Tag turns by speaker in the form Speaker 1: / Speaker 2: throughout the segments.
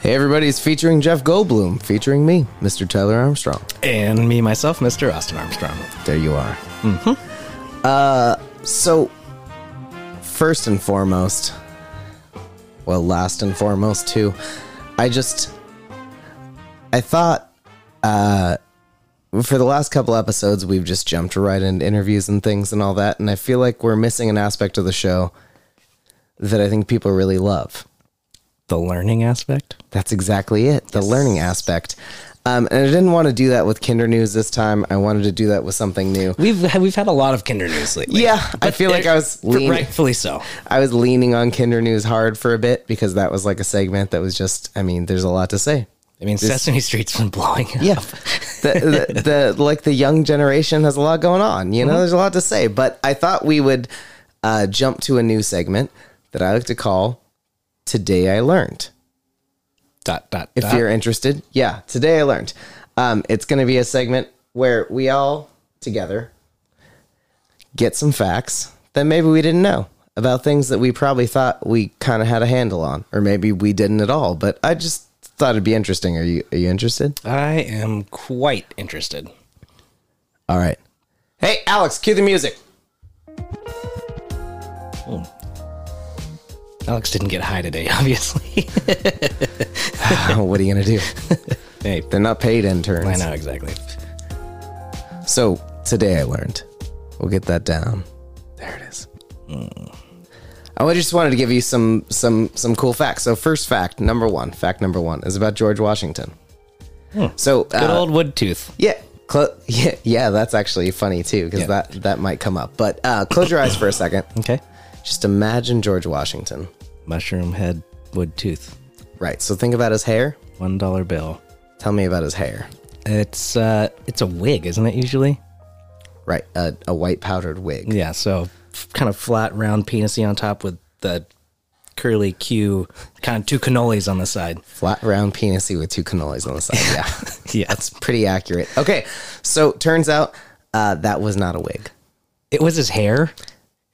Speaker 1: Hey, everybody, it's featuring Jeff Goldblum, featuring me, Mr. Tyler Armstrong.
Speaker 2: And me, myself, Mr. Austin Armstrong.
Speaker 1: There you are. Mm-hmm. Uh, so, first and foremost, well, last and foremost, too, I just, I thought, uh, for the last couple episodes, we've just jumped right into interviews and things and all that. And I feel like we're missing an aspect of the show that I think people really love.
Speaker 2: The learning aspect?
Speaker 1: That's exactly it. The learning aspect. Um, and I didn't want to do that with Kinder News this time. I wanted to do that with something new.
Speaker 2: We've we've had a lot of Kinder News lately.
Speaker 1: Yeah, I feel like I was leaning,
Speaker 2: rightfully so.
Speaker 1: I was leaning on Kinder News hard for a bit because that was like a segment that was just. I mean, there's a lot to say.
Speaker 2: I mean, Sesame Street's been blowing up.
Speaker 1: Yeah, the, the, the like the young generation has a lot going on. You know, there's a lot to say. But I thought we would uh, jump to a new segment that I like to call "Today I Learned."
Speaker 2: Dot dot.
Speaker 1: if
Speaker 2: dot.
Speaker 1: you're interested. Yeah, today I learned. Um, it's going to be a segment where we all together get some facts that maybe we didn't know about things that we probably thought we kind of had a handle on, or maybe we didn't at all. But I just thought it'd be interesting. Are you are you interested?
Speaker 2: I am quite interested.
Speaker 1: All right. Hey, Alex, cue the music.
Speaker 2: Hmm. Alex didn't get high today, obviously.
Speaker 1: what are you gonna do?
Speaker 2: hey,
Speaker 1: They're not paid interns.
Speaker 2: I know exactly.
Speaker 1: So today I learned. We'll get that down. There it is. Mm. I just wanted to give you some some some cool facts. So first fact number one, fact number one is about George Washington. So
Speaker 2: Hmm. Good
Speaker 1: uh,
Speaker 2: old wood tooth.
Speaker 1: yeah, clo- yeah, yeah. That's actually funny too because
Speaker 2: Yeah.
Speaker 1: that that might come up. But uh, close your eyes for a second.
Speaker 2: Okay.
Speaker 1: Just imagine George Washington.
Speaker 2: Mushroom head wood tooth.
Speaker 1: Right. So think about his hair.
Speaker 2: One dollar bill.
Speaker 1: Tell me about his hair.
Speaker 2: It's uh it's a wig, isn't it usually?
Speaker 1: Right. A, a white powdered wig.
Speaker 2: Yeah, so f- kind of flat round penisy on top with the curly Q kind of two cannolis on the side.
Speaker 1: Flat round penisy with two cannolis on the side. Yeah.
Speaker 2: Yeah.
Speaker 1: That's pretty accurate. Okay, so turns out uh, that was not a wig.
Speaker 2: It was his hair?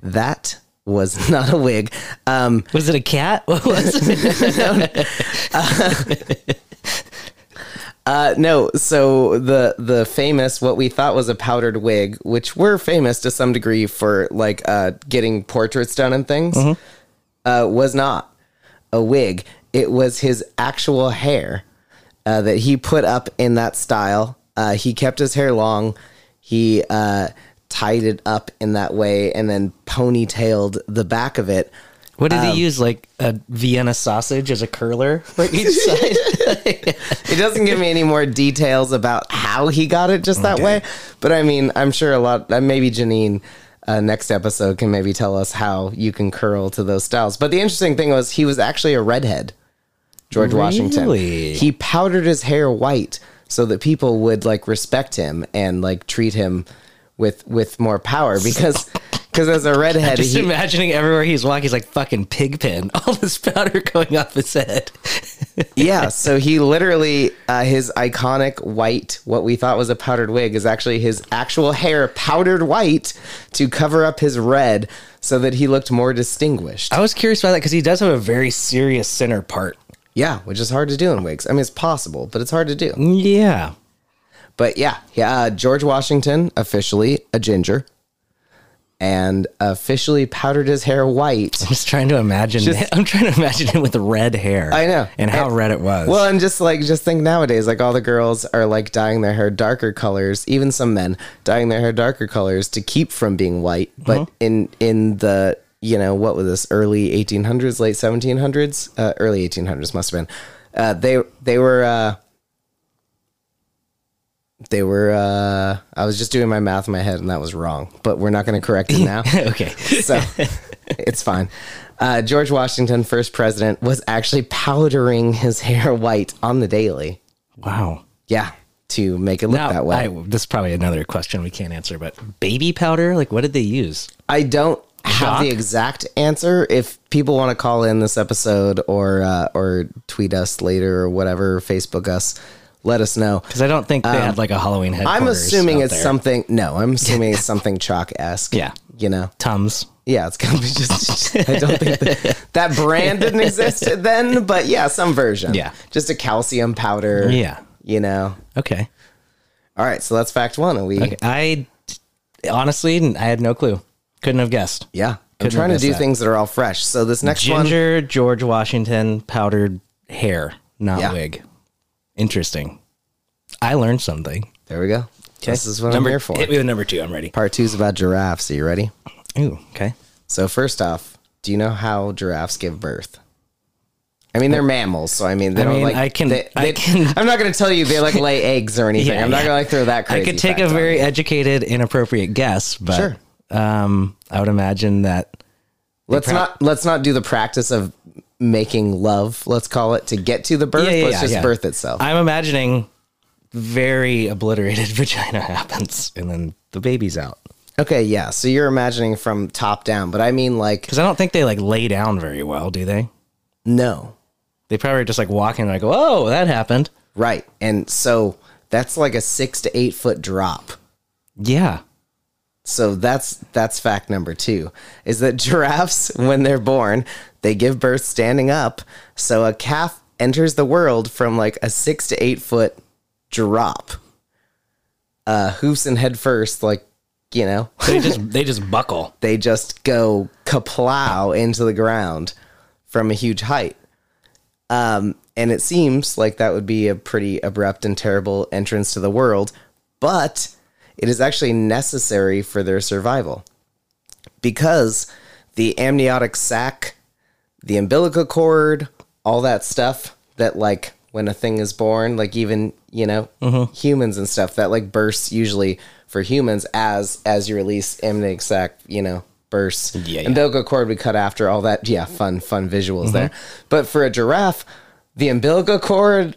Speaker 1: That was not a wig. Um,
Speaker 2: Was it a cat? What was it?
Speaker 1: uh, no, so the the famous what we thought was a powdered wig, which were famous to some degree for like uh, getting portraits done and things, uh, was not a wig. It was his actual hair uh, that he put up in that style. Uh, he kept his hair long. He uh, tied it up in that way and then ponytailed the back of it.
Speaker 2: What did
Speaker 1: Um,
Speaker 2: he use? Like a Vienna sausage as a curler for each side?
Speaker 1: It doesn't give me any more details about how he got it just that way. But I mean, I'm sure a lot, uh, maybe Janine. Uh, next episode can maybe tell us how you can curl to those styles. But the interesting thing was he was actually a redhead, George Washington.
Speaker 2: Really?
Speaker 1: He powdered his hair white so that people would like respect him and like treat him with with more power because because as a redhead
Speaker 2: Just
Speaker 1: he,
Speaker 2: imagining everywhere he's walking, he's like fucking pigpen. All this powder going off his head.
Speaker 1: yeah so he literally uh, his iconic white what we thought was a powdered wig is actually his actual hair powdered white to cover up his red so that he looked more distinguished
Speaker 2: I was curious about that because he does have a very serious center part.
Speaker 1: yeah which is hard to do in wigs i mean it's possible but it's hard to do
Speaker 2: Yeah.
Speaker 1: but yeah yeah uh, george washington officially a ginger and officially powdered his hair white
Speaker 2: I'm just trying to imagine. I'm trying to imagine him with red hair.
Speaker 1: I know.
Speaker 2: And how red it was.
Speaker 1: Well, and just like just think nowadays, like all the girls are like dyeing their hair darker colors, even some men dyeing their hair darker colors to keep from being white. But in in the you know what was this early 1800s, late 1700s, uh, early 1800s must have been. Uh, they they were uh, they were. Uh, I was just doing my math in my head, and that was wrong. But we're not going to correct it now.
Speaker 2: okay.
Speaker 1: so it's fine. Uh, George Washington, first president, was actually powdering his hair white on the daily.
Speaker 2: Wow.
Speaker 1: Yeah, to make it look
Speaker 2: Now,
Speaker 1: that way.
Speaker 2: I, this is probably another question we can't answer, but baby powder, like what did they use?
Speaker 1: I, don't have
Speaker 2: Jacques?
Speaker 1: the exact answer. If people want to call in this episode or uh, or tweet us later or whatever, Facebook us, let us know.
Speaker 2: Because I
Speaker 1: Um,
Speaker 2: don't think they had like a Halloween head.
Speaker 1: I'm assuming it's something. No, I'm assuming it's something chalk esque.
Speaker 2: Yeah.
Speaker 1: you know,
Speaker 2: Tums.
Speaker 1: yeah, it's gonna be just. I don't think that, that brand didn't exist then, but yeah, some version.
Speaker 2: Yeah.
Speaker 1: just a calcium powder.
Speaker 2: Yeah.
Speaker 1: you know.
Speaker 2: Okay.
Speaker 1: All right, so that's fact one. Are we?
Speaker 2: Okay. I honestly, I had no clue. Couldn't have guessed.
Speaker 1: Yeah, I'm
Speaker 2: Couldn't
Speaker 1: trying to
Speaker 2: have
Speaker 1: do
Speaker 2: guessed that.
Speaker 1: things that are all fresh. So this next one,
Speaker 2: Ginger George Washington powdered hair, not
Speaker 1: Yeah.
Speaker 2: wig. Interesting. I learned something.
Speaker 1: there we go. This is what
Speaker 2: number,
Speaker 1: I'm here for.
Speaker 2: Hit me with number two. I'm ready.
Speaker 1: Part two's about giraffes. Are you ready?
Speaker 2: Ooh. Okay.
Speaker 1: So first off, do you know how giraffes give birth? I mean, they're mammals, so I mean, they
Speaker 2: Oh. I
Speaker 1: don't
Speaker 2: mean,
Speaker 1: like.
Speaker 2: I can-
Speaker 1: They,
Speaker 2: I
Speaker 1: they-
Speaker 2: can-
Speaker 1: I'm not going to tell you they like lay eggs or anything.
Speaker 2: Yeah,
Speaker 1: I'm not
Speaker 2: yeah.
Speaker 1: going to like throw that. Crazy
Speaker 2: I could take
Speaker 1: fact
Speaker 2: a
Speaker 1: on
Speaker 2: very
Speaker 1: you.
Speaker 2: educated, inappropriate guess, but
Speaker 1: Sure.
Speaker 2: um, I would imagine that
Speaker 1: Let's not let's not do the practice of making love. Let's call it to get to the birth.
Speaker 2: Yeah, yeah,
Speaker 1: let's
Speaker 2: yeah,
Speaker 1: just
Speaker 2: yeah.
Speaker 1: birth itself.
Speaker 2: I'm imagining very obliterated vagina happens, and then the baby's out.
Speaker 1: okay, yeah. So you're imagining from top down, but I mean like
Speaker 2: Because I don't think they like lay down very well, do they?
Speaker 1: no,
Speaker 2: They probably are just like walking like, oh, that happened.
Speaker 1: right? And so that's like a six to eight foot drop.
Speaker 2: Yeah.
Speaker 1: So that's that's fact number two is that giraffes, when they're born, they give birth standing up. So a calf enters the world from like a six to eight foot drop, uh, hoofs and head first, like you know,
Speaker 2: They just they just buckle.
Speaker 1: they just go kaplow into the ground from a huge height. Um, and it seems like that would be a pretty abrupt and terrible entrance to the world, but it is actually necessary for their survival because the amniotic sac, the umbilical cord, all that stuff that like when a thing is born, like even you know
Speaker 2: Mm-hmm.
Speaker 1: humans and stuff that like bursts usually for humans as as you release amniotic sac, you know bursts.
Speaker 2: Yeah, Mm-hmm. yeah.
Speaker 1: Umbilical cord we cut after all that. Yeah, fun fun visuals there. But for a giraffe, the umbilical cord,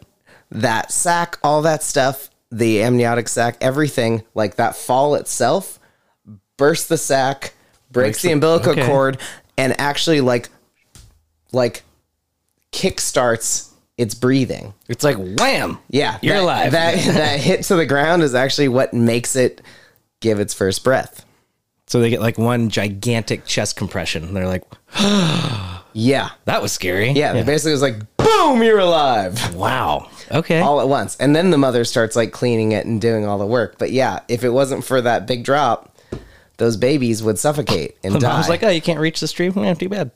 Speaker 1: that sac, all that stuff, the amniotic sac, everything like that fall itself bursts the sac, breaks, the, umbilical
Speaker 2: okay.
Speaker 1: cord, and actually like like kickstarts its breathing.
Speaker 2: It's like wham.
Speaker 1: Yeah,
Speaker 2: You're
Speaker 1: that,
Speaker 2: alive.
Speaker 1: That that hit to the ground is actually what makes it give its first breath.
Speaker 2: So they get like one gigantic chest compression. and They're like,
Speaker 1: Yeah,
Speaker 2: that was scary.
Speaker 1: yeah. It basically was like boom, you're alive.
Speaker 2: Wow. Okay.
Speaker 1: all at once. And then the mother starts like cleaning it and doing all the work. But yeah, if it wasn't for that big drop, those babies would suffocate and
Speaker 2: the
Speaker 1: die.
Speaker 2: mom's like, oh, you can't reach the stream. Yeah, too bad.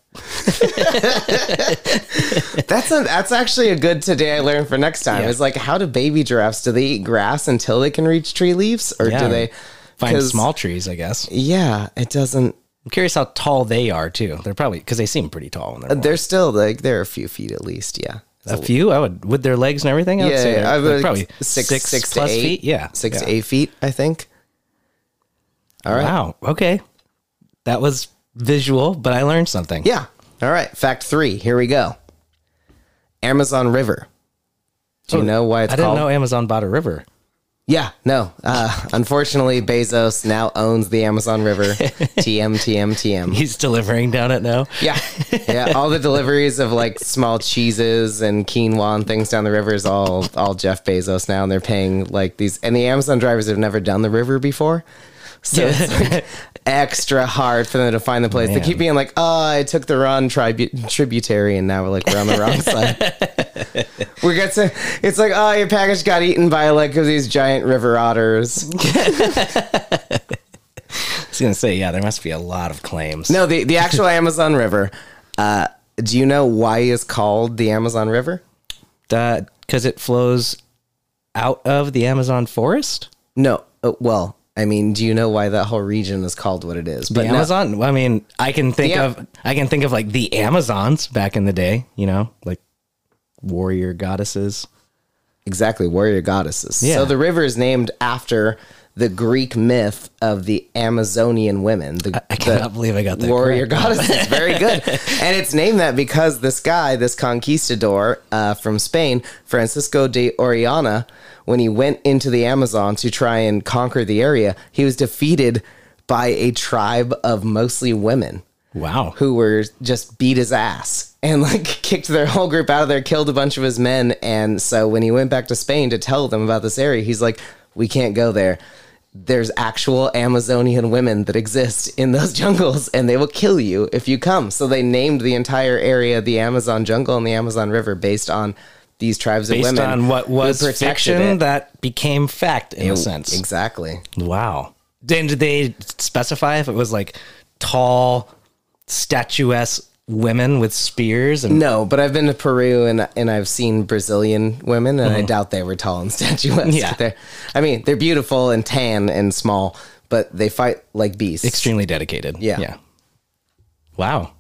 Speaker 1: that's a, that's actually a good today I learned for next time.
Speaker 2: Yeah.
Speaker 1: Is like how do baby giraffes do they eat grass until they can reach tree leaves or
Speaker 2: Yeah.
Speaker 1: do they
Speaker 2: Find
Speaker 1: 'cause-
Speaker 2: small trees, I guess.
Speaker 1: Yeah, it doesn't
Speaker 2: I'm curious how tall they are too. They're probably because they seem pretty tall. When they're born.
Speaker 1: they're still like they're a few feet at least, yeah.
Speaker 2: a few. I would with their legs and everything. I would
Speaker 1: Yeah,
Speaker 2: say
Speaker 1: yeah,
Speaker 2: they're-
Speaker 1: I would
Speaker 2: they're
Speaker 1: like
Speaker 2: probably
Speaker 1: six- six to
Speaker 2: plus
Speaker 1: eight.
Speaker 2: feet. Yeah,
Speaker 1: Six
Speaker 2: yeah.
Speaker 1: to eight feet, I think. All right.
Speaker 2: Wow. Okay, that was visual, but I learned something.
Speaker 1: Yeah. All right. Fact three. Here we go. Amazon River. Do you know why it's
Speaker 2: Oh, I didn't
Speaker 1: called?
Speaker 2: know Amazon bought a river.
Speaker 1: Yeah. No. Uh, unfortunately, Bezos now owns the Amazon River. TM, TM, TM.
Speaker 2: He's delivering down it now.
Speaker 1: Yeah. Yeah. All the deliveries of like small cheeses and quinoa and things down the river is all, all Jeff Bezos now. And they're paying like these. And the Amazon drivers have never done the river before. So it's like extra hard for them to find the place. They
Speaker 2: Man.
Speaker 1: keep being like, oh, I took the wrong tribu- tributary, and now we're like, we're on the wrong side. we got to, it's like, oh, your package got eaten by like these giant river otters.
Speaker 2: I was gonna say, yeah, there must be a lot of claims.
Speaker 1: No, the, the actual Amazon River. Uh, do you know why it's called the Amazon River?
Speaker 2: because it flows out of the Amazon forest.
Speaker 1: No. Uh, well, I mean, do you know why that whole region is called what it is?
Speaker 2: The
Speaker 1: But no,
Speaker 2: Amazon. I mean, I can think
Speaker 1: The Am-
Speaker 2: of I can think of like the Amazons back in the day. You know, like warrior goddesses.
Speaker 1: exactly, warrior goddesses.
Speaker 2: Yeah.
Speaker 1: So the river is named after the Greek myth of the Amazonian women. The,
Speaker 2: I
Speaker 1: the-
Speaker 2: cannot believe I got that.
Speaker 1: warrior goddesses. Very good. and it's named that because this guy, this conquistador uh, from Spain, Francisco de Orellana, when he went into the Amazon to try and conquer the area, he was defeated by a tribe of mostly women
Speaker 2: Wow.
Speaker 1: who were just beat his ass and like kicked their whole group out of there, killed a bunch of his men. And so when he went back to Spain to tell them about this area, he's like, we can't go there. there's actual Amazonian women that exist in those jungles and they will kill you if you come. So they named the entire area the Amazon jungle and the Amazon River based on these tribes of
Speaker 2: based
Speaker 1: women.
Speaker 2: on what
Speaker 1: who
Speaker 2: was
Speaker 1: protected
Speaker 2: fiction
Speaker 1: it.
Speaker 2: that became fact in a sense.
Speaker 1: Exactly.
Speaker 2: Wow. Then did they specify if it was like tall, statuesque women with spears and
Speaker 1: No, but I've been to Peru and and I've seen Brazilian women and I doubt they were tall and statuesque.
Speaker 2: Uh-huh. Yeah.
Speaker 1: They're, I mean, they're beautiful and tan and small, but they fight like beasts.
Speaker 2: extremely dedicated?
Speaker 1: Yeah.
Speaker 2: Yeah. Wow.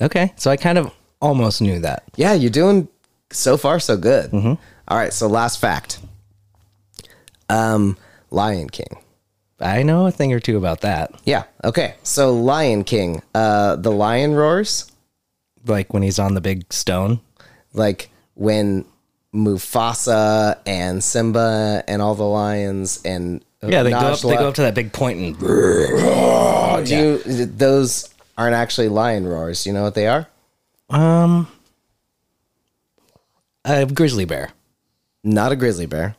Speaker 2: Okay. So I kind of almost knew that.
Speaker 1: Yeah, you're doing so far so good.
Speaker 2: Mm-hmm.
Speaker 1: All right, so last fact. Um, Lion King.
Speaker 2: I know a thing or two about that.
Speaker 1: Yeah. Okay. So Lion King. Uh, the lion roars
Speaker 2: Like when he's on the big stone.
Speaker 1: like when Mufasa and Simba and all the lions and uh,
Speaker 2: Yeah, they go, up, they
Speaker 1: Najla-
Speaker 2: go up to that big point and
Speaker 1: Oh, do you- those aren't actually lion roars. You know what they are?
Speaker 2: a grizzly bear.
Speaker 1: Not a grizzly bear.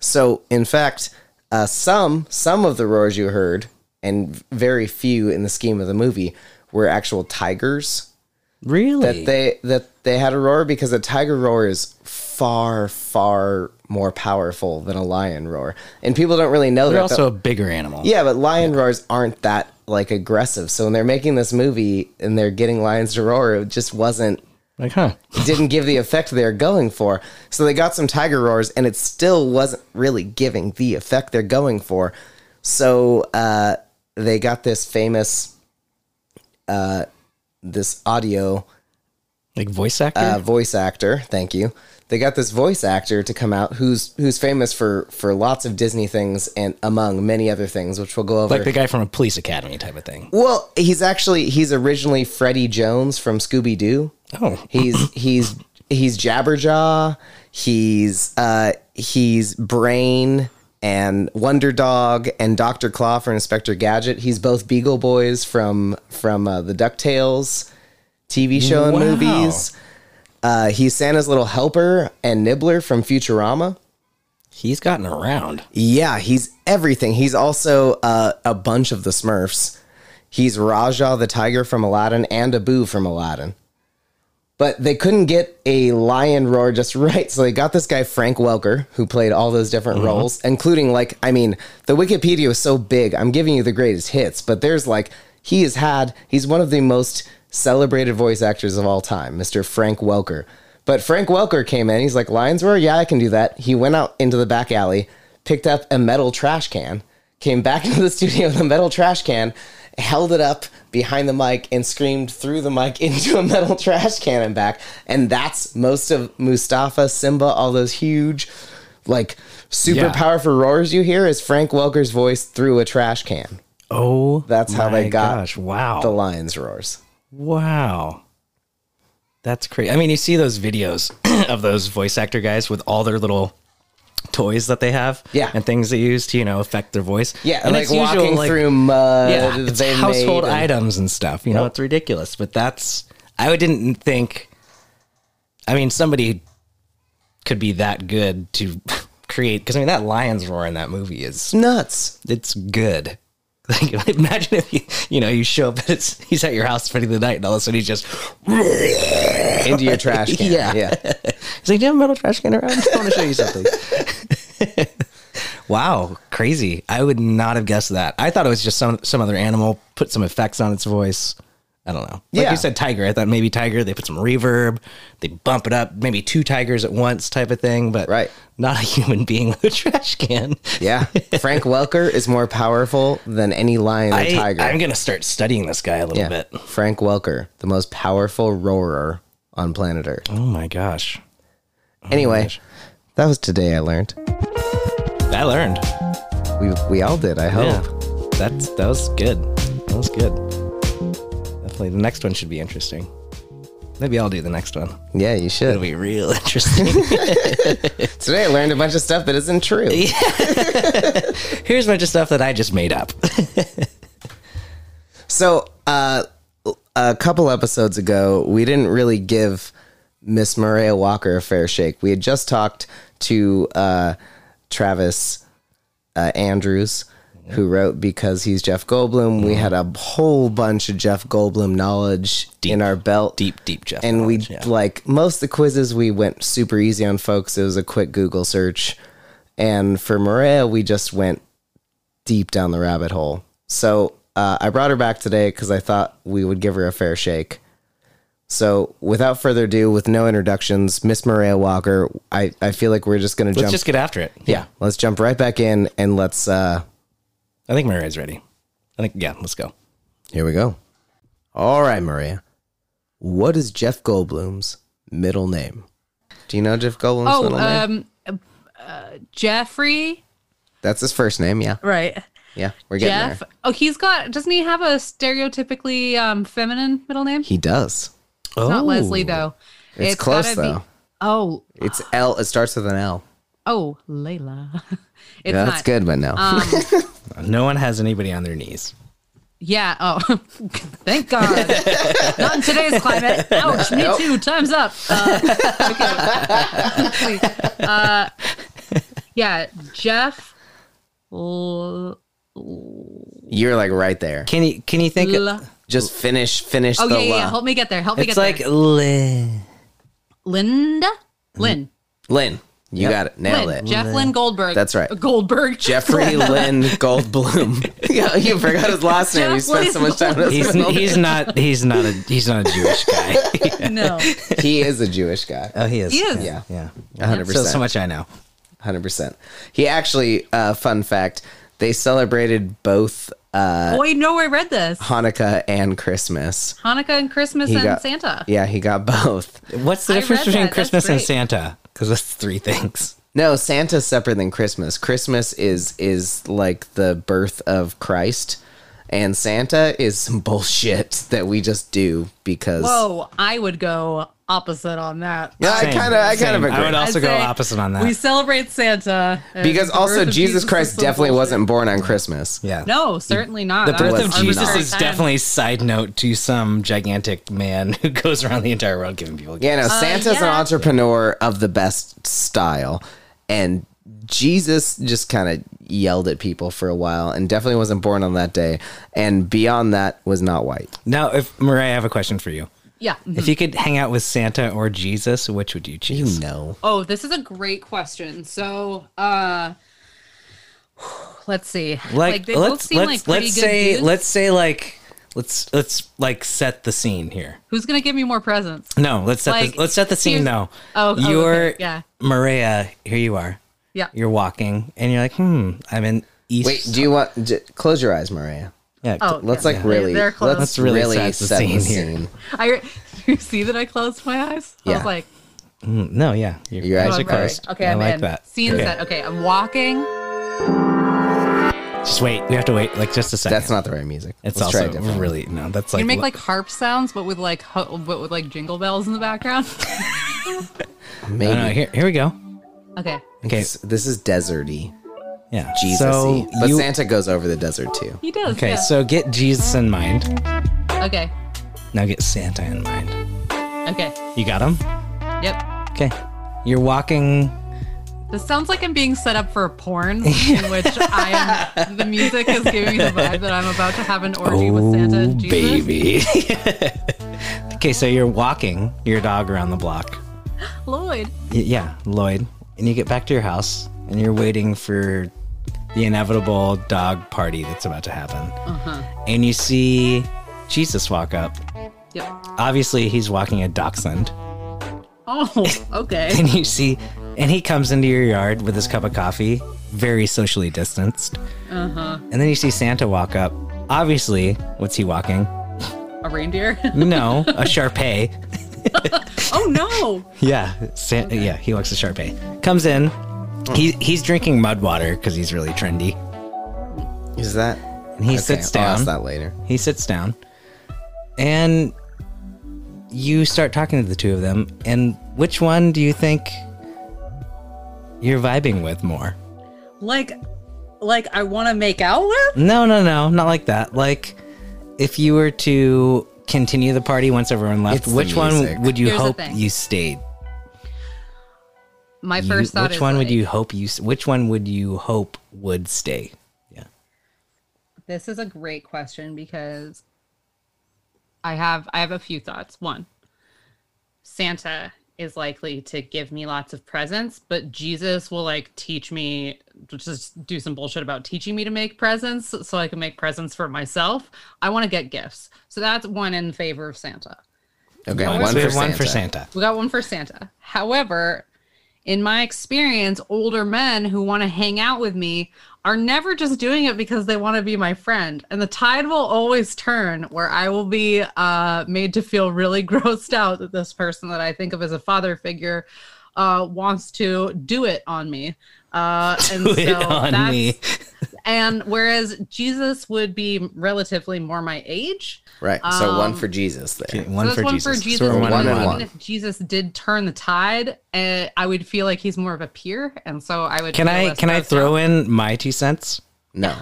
Speaker 1: So, in fact, uh, some some of the roars you heard, and very few in the scheme of the movie, were actual tigers
Speaker 2: Really?
Speaker 1: that they that they had a roar because a tiger roar is far far more powerful than a lion roar, and people don't really know
Speaker 2: They're
Speaker 1: that.
Speaker 2: also a bigger animal.
Speaker 1: Yeah, but lion roars aren't that like aggressive. So when they're making this movie and they're getting lions to roar, it just wasn't
Speaker 2: Like, huh.
Speaker 1: didn't give the effect they're going for. So they got some tiger roars and it still wasn't really giving the effect they're going for. So uh, they got this famous uh, this audio
Speaker 2: Like voice actor?
Speaker 1: uh, voice actor. Thank you. They got this voice actor to come out who's who's famous for for lots of Disney things and among many other things, which we'll go over.
Speaker 2: like the guy from a police academy type of thing.
Speaker 1: Well, he's actually he's originally Freddie Jones from Scooby Doo.
Speaker 2: Oh.
Speaker 1: He's he's he's Jabberjaw. He's uh he's Brain and Wonder Dog and Doctor Claw from Inspector Gadget. He's both Beagle Boys from from uh, the Ducktales TV show and
Speaker 2: Wow.
Speaker 1: movies. Uh, he's Santa's little helper and Nibbler from Futurama.
Speaker 2: He's gotten around.
Speaker 1: Yeah, he's everything. He's also uh, a bunch of the Smurfs. He's Raja the tiger from Aladdin and Abu from Aladdin. But they couldn't get a lion roar just right, so they got this guy Frank Welker, who played all those different roles, including like I mean, the Wikipedia is so big. I'm giving you the greatest hits, but there's like he has had he's one of the most celebrated voice actors of all time, Mr. Frank Welker. But Frank Welker came in, he's like, Lions roar, yeah, I can do that. He went out into the back alley, picked up a metal trash can, came back into the studio with a metal trash can, held it up behind the mic, and screamed through the mic into a metal trash can and back. And that's most of Mustafa, Simba, all those huge, like super
Speaker 2: Yeah.
Speaker 1: powerful roars you hear is Frank Welker's voice through a trash can.
Speaker 2: Oh,
Speaker 1: That's how
Speaker 2: my
Speaker 1: they got
Speaker 2: Gosh, wow,
Speaker 1: The lion's roars.
Speaker 2: wow, that's crazy. I mean, you see those videos of those voice actor guys with all their little toys that they have,
Speaker 1: Yeah.
Speaker 2: and things they use to you know affect their voice.
Speaker 1: Yeah,
Speaker 2: and
Speaker 1: like
Speaker 2: it's usual,
Speaker 1: walking
Speaker 2: like-
Speaker 1: through mud.
Speaker 2: yeah, it's
Speaker 1: they made
Speaker 2: household
Speaker 1: and-
Speaker 2: items and stuff. You know, it's ridiculous. But that's I didn't think. I mean, somebody could be that good to create because I mean that lion's roar in that movie is
Speaker 1: Nuts.
Speaker 2: it's good. Like imagine if you you know you show up and it's, he's at your house for the night and all of a sudden he's just
Speaker 1: Into your trash can.
Speaker 2: Yeah.
Speaker 1: Yeah.
Speaker 2: he's like do you have a metal trash can around? I want to show you something. wow, crazy! I would not have guessed that. I thought it was just some some other animal put some effects on its voice. I don't know. Like
Speaker 1: Yeah.
Speaker 2: you said, tiger. I thought maybe tiger. They put some reverb. They bump it up. Maybe two tigers at once, type of thing. But
Speaker 1: Right.
Speaker 2: not a human being with a trash can.
Speaker 1: Yeah, Frank Welker is more powerful than any lion or tiger.
Speaker 2: I, am gonna start studying this guy a little
Speaker 1: yeah.
Speaker 2: bit.
Speaker 1: Frank Welker, the most powerful roarer on planet Earth.
Speaker 2: Oh my gosh. Oh
Speaker 1: Anyway, that was today I learned.
Speaker 2: I learned.
Speaker 1: We we all did, I hope.
Speaker 2: Oh, That's that was good. That was good. Definitely the next one should be interesting. Maybe I'll do the next one.
Speaker 1: Yeah, you should.
Speaker 2: It'll be real interesting.
Speaker 1: Today I learned a bunch of stuff that isn't true.
Speaker 2: Here's a bunch of stuff that I just made up.
Speaker 1: So, uh, a couple episodes ago, we didn't really give Miss Maria Walker a fair shake. We had just talked to uh, Travis uh, Andrews, who wrote because he's Jeff Goldblum.
Speaker 2: Mm-hmm.
Speaker 1: We had a whole bunch of Jeff Goldblum knowledge in our belt,
Speaker 2: Deep, deep Jeff.
Speaker 1: and we
Speaker 2: knowledge, yeah.
Speaker 1: like most of the quizzes we went super easy on folks. It was a quick Google search, and for Maria, we just went deep down the rabbit hole. So uh, I brought her back today because I thought we would give her a fair shake. So without further ado, with no introductions, Miss Maria Walker, I, I feel like we're just gonna
Speaker 2: Let's
Speaker 1: jump.
Speaker 2: just get after it.
Speaker 1: yeah, let's jump right back in and let's. uh
Speaker 2: I think Maria's ready. I think, yeah, let's go.
Speaker 1: Here we go. All right, Maria. What is Jeff Goldblum's middle name? Do you know Jeff Goldblum's
Speaker 3: Oh,
Speaker 1: middle name?
Speaker 3: um, uh, Jeffrey,
Speaker 1: That's his first name. Yeah,
Speaker 3: right?
Speaker 1: yeah, we're getting
Speaker 3: Jeff.
Speaker 1: there.
Speaker 3: Oh, he's got. Doesn't he have a stereotypically um, feminine middle name? It's
Speaker 1: He does.
Speaker 2: Oh,
Speaker 3: not Leslie though.
Speaker 1: It's, close
Speaker 3: gotta be-
Speaker 1: though.
Speaker 3: oh,
Speaker 1: It's L. It starts with an L.
Speaker 3: oh, Layla. it's
Speaker 1: Yeah,
Speaker 3: not. Um,
Speaker 1: that's good, but no.
Speaker 2: No one has anybody on their knees.
Speaker 3: Yeah. Oh, thank God. Not in today's climate. Ouch. Me too. Time's up. Uh, okay. Wait, uh, yeah, Jeff. L-
Speaker 1: You're like right there.
Speaker 2: Can you can you think?
Speaker 3: L-
Speaker 1: Just finish, finish
Speaker 3: oh
Speaker 1: the
Speaker 3: yeah, yeah, yeah.
Speaker 1: la.
Speaker 3: Help me get there. Help me
Speaker 2: it's
Speaker 3: get
Speaker 2: like
Speaker 3: there.
Speaker 2: Lynn.
Speaker 3: Linda. Lynn.
Speaker 1: Lynn. You got it. Nailed
Speaker 3: Lynn.
Speaker 1: it.
Speaker 3: Jeff Lynn Goldberg. Uh,
Speaker 1: That's right.
Speaker 3: Goldberg.
Speaker 1: Jeffrey Lynn Goldblum. yeah, you forgot his last name. You
Speaker 3: Jeff
Speaker 1: spent so
Speaker 3: Lynn
Speaker 1: much time. on
Speaker 2: He's
Speaker 1: his middle
Speaker 2: he's not he's not a he's not a Jewish guy.
Speaker 3: no.
Speaker 1: name. He is a Jewish guy.
Speaker 2: oh, he is.
Speaker 3: He is.
Speaker 1: Yeah,
Speaker 2: Yeah.
Speaker 1: hundred
Speaker 2: So
Speaker 1: percent.
Speaker 2: so much I know.
Speaker 1: hundred percent. He actually, uh, fun fact, they celebrated both uh,
Speaker 3: Oh, you know where I read this.
Speaker 1: Hanukkah and Christmas.
Speaker 3: Hanukkah and Christmas
Speaker 1: He
Speaker 3: and
Speaker 1: got-
Speaker 3: Santa.
Speaker 1: Yeah, he got both.
Speaker 2: What's the
Speaker 3: I
Speaker 2: difference
Speaker 3: read
Speaker 2: between
Speaker 3: that. That's
Speaker 2: Christmas and
Speaker 3: great.
Speaker 2: Santa? Because that's three things.
Speaker 1: No, Santa's separate than Christmas. Christmas is is like the birth of Christ, and Santa is some bullshit that we just do because.
Speaker 3: Whoa, I would go opposite on that.
Speaker 1: Yeah, I
Speaker 2: Same,
Speaker 1: kind of, I kind of
Speaker 2: same. I would
Speaker 1: agree.
Speaker 2: also
Speaker 3: I'd
Speaker 2: go
Speaker 3: say
Speaker 2: opposite on that.
Speaker 3: We celebrate Santa and
Speaker 1: Because
Speaker 3: the
Speaker 1: also,
Speaker 3: birth of
Speaker 1: Jesus,
Speaker 3: is
Speaker 1: Christ
Speaker 3: some
Speaker 1: definitely
Speaker 3: bullshit.
Speaker 1: wasn't born on Christmas.
Speaker 2: yeah.
Speaker 3: No, certainly not.
Speaker 2: The
Speaker 3: That was
Speaker 2: birth of
Speaker 1: was
Speaker 2: Jesus
Speaker 1: not.
Speaker 2: is
Speaker 3: arbitrary
Speaker 2: definitely a side note to some gigantic man who goes around the entire world giving people gifts.
Speaker 1: Yeah, no, Santa's an
Speaker 3: Uh, yeah.
Speaker 1: entrepreneur of the best style. And Jesus just kind of yelled at people for a while and definitely wasn't born on that day. And beyond that was not white.
Speaker 2: Now, if Mariah, I have a question for you.
Speaker 3: time. Yeah.
Speaker 2: If you could hang out with Santa or Jesus, which would you choose?
Speaker 1: No.
Speaker 3: Oh, this is a great question. So, uh let's see.
Speaker 2: Like,
Speaker 3: they both
Speaker 2: let's
Speaker 3: seem
Speaker 2: let's
Speaker 3: like pretty
Speaker 2: let's
Speaker 3: good
Speaker 2: say
Speaker 3: dudes.
Speaker 2: let's say like let's let's like set the scene here.
Speaker 3: Who's gonna give me more presents?
Speaker 2: No, let's set
Speaker 3: Like,
Speaker 2: the, let's set the scene
Speaker 3: here's-
Speaker 2: though.
Speaker 3: Oh, oh, okay,
Speaker 2: you're
Speaker 3: yeah.
Speaker 2: Maria. Here you are.
Speaker 3: Yeah.
Speaker 2: You're walking, and you're like, hmm, I'm in East.
Speaker 1: Wait, do you want j- close your eyes, Maria?
Speaker 2: yeah,
Speaker 3: Oh,
Speaker 1: Let's
Speaker 3: yeah.
Speaker 1: like
Speaker 3: They-
Speaker 1: really
Speaker 3: They're
Speaker 1: let's,
Speaker 3: close.
Speaker 2: Let's
Speaker 1: really,
Speaker 2: really set the
Speaker 1: set the
Speaker 2: scene
Speaker 1: scene.
Speaker 2: here.
Speaker 3: I you see that I closed my eyes. I
Speaker 1: Yeah.
Speaker 3: was like,
Speaker 2: no, yeah, you're,
Speaker 1: Your eyes
Speaker 3: oh,
Speaker 1: are
Speaker 3: I'm ready.
Speaker 1: closed.
Speaker 3: Okay,
Speaker 2: I
Speaker 3: I'm
Speaker 2: like
Speaker 3: in.
Speaker 2: that.
Speaker 3: Scene
Speaker 2: Okay.
Speaker 3: set. Okay, I'm walking.
Speaker 2: Just wait. We have to wait like just a second.
Speaker 1: That's not the right music.
Speaker 2: It's
Speaker 1: Let's try a
Speaker 2: also
Speaker 1: different. one.
Speaker 2: really no. That's like
Speaker 3: You make like harp sounds, but with like ho- but with like jingle bells in the background.
Speaker 1: Maybe.
Speaker 2: no, no, here here we go.
Speaker 3: okay.
Speaker 2: Mm-hmm. Okay,
Speaker 1: This, this is deserty.
Speaker 2: yeah.
Speaker 1: Jesus.
Speaker 2: So
Speaker 1: but
Speaker 2: you,
Speaker 1: Santa goes over the desert too.
Speaker 3: He does.
Speaker 2: okay,
Speaker 3: yeah.
Speaker 2: so get Jesus in mind.
Speaker 3: okay.
Speaker 2: Now get Santa in mind.
Speaker 3: Okay.
Speaker 2: You got him.
Speaker 3: Yep.
Speaker 2: Okay, you're walking.
Speaker 3: This sounds like I'm being set up for a porn in which I am the music is giving me the vibe that I'm about to have an orgy with Santa and Jesus.
Speaker 2: Oh, baby. okay, so you're walking your dog around the block.
Speaker 3: Lloyd.
Speaker 2: Y- yeah, Lloyd, and you get back to your house, and you're waiting for the inevitable dog party that's about to happen. And you see Jesus walk up.
Speaker 3: Yep.
Speaker 2: Obviously, he's walking a dachshund.
Speaker 3: Oh, okay.
Speaker 2: and you see and he comes into your yard with his cup of coffee very socially distanced and then you see santa walk up obviously what's he walking
Speaker 3: A reindeer?
Speaker 2: no a sharpay
Speaker 3: Oh no.
Speaker 2: yeah San- yeah he walks a sharpay comes in he, he's drinking mud water because he's really trendy
Speaker 1: Is that?
Speaker 2: and he sits down
Speaker 1: I'll ask that later.
Speaker 2: He sits down, and you start talking to the two of them. And which one do you think you're vibing with more?
Speaker 3: Like like I want to make out with?
Speaker 2: No, no, no, not like that. Like, if you were to continue the party once everyone left,
Speaker 1: It's the
Speaker 2: which one
Speaker 1: music.
Speaker 2: would you
Speaker 3: Here's the
Speaker 2: hope
Speaker 3: thing.
Speaker 2: you stayed?
Speaker 3: my first
Speaker 2: You-
Speaker 3: thought
Speaker 2: which
Speaker 3: is
Speaker 2: one would
Speaker 3: like,
Speaker 2: you hope you? s- Which one would you hope would stay? Yeah.
Speaker 3: This is a great question because I have I have a few thoughts. One, Santa is likely to give me lots of presents, but Jesus will like teach me just do some bullshit about teaching me to make presents so I can make presents for myself. I want to get gifts. So that's one in favor of Santa.
Speaker 1: Okay,
Speaker 2: One,
Speaker 1: one
Speaker 2: for,
Speaker 1: for
Speaker 2: one for
Speaker 1: Santa.
Speaker 2: Santa.
Speaker 3: We got one for Santa. However, in my experience, older men who want to hang out with me are never just doing it because they want to be my friend. And the tide will always turn where I will be uh, made to feel really grossed out that this person that I think of as a father figure uh, wants to do it on me. Uh, and
Speaker 2: Put
Speaker 3: so
Speaker 2: it on
Speaker 3: that's,
Speaker 2: me.
Speaker 3: and whereas Jesus would be relatively more my age,
Speaker 1: Right. So one
Speaker 3: Um,
Speaker 1: for Jesus there.
Speaker 2: Okay, One
Speaker 3: so that's
Speaker 2: for
Speaker 3: one
Speaker 2: Jesus.
Speaker 3: for Jesus.
Speaker 2: So we're one,
Speaker 1: One
Speaker 2: and
Speaker 1: and
Speaker 2: one.
Speaker 1: one.
Speaker 3: even if Jesus did turn the tide, uh, I would feel like he's more of a peer, and so I would.
Speaker 2: Can
Speaker 3: feel
Speaker 2: I
Speaker 3: less
Speaker 2: can I
Speaker 3: grossed
Speaker 2: throw
Speaker 3: out.
Speaker 2: in my two cents?
Speaker 1: No.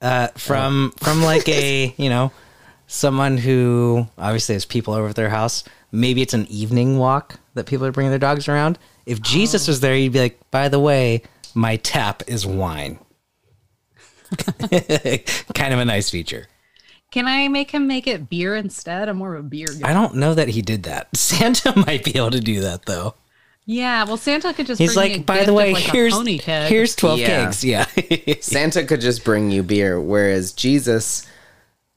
Speaker 2: uh, from from like a you know someone who obviously has people over at their house. Maybe it's an evening walk that people are bringing their dogs around. If Jesus was there, you'd be like, by the way, my tap is wine. kind of a nice feature.
Speaker 3: Can I make him make it beer instead? I'm more of a beer guy.
Speaker 2: I don't know that he did that. Santa might be able to do that though.
Speaker 3: Yeah, well, Santa could just.
Speaker 2: He's
Speaker 3: bring me a
Speaker 2: like, by
Speaker 3: gift
Speaker 2: the
Speaker 3: of,
Speaker 2: way,
Speaker 3: like, a
Speaker 2: here's
Speaker 3: pony keg."
Speaker 2: here's twelve
Speaker 1: Yeah.
Speaker 2: kegs. Yeah,
Speaker 1: Santa could just bring you beer, whereas Jesus,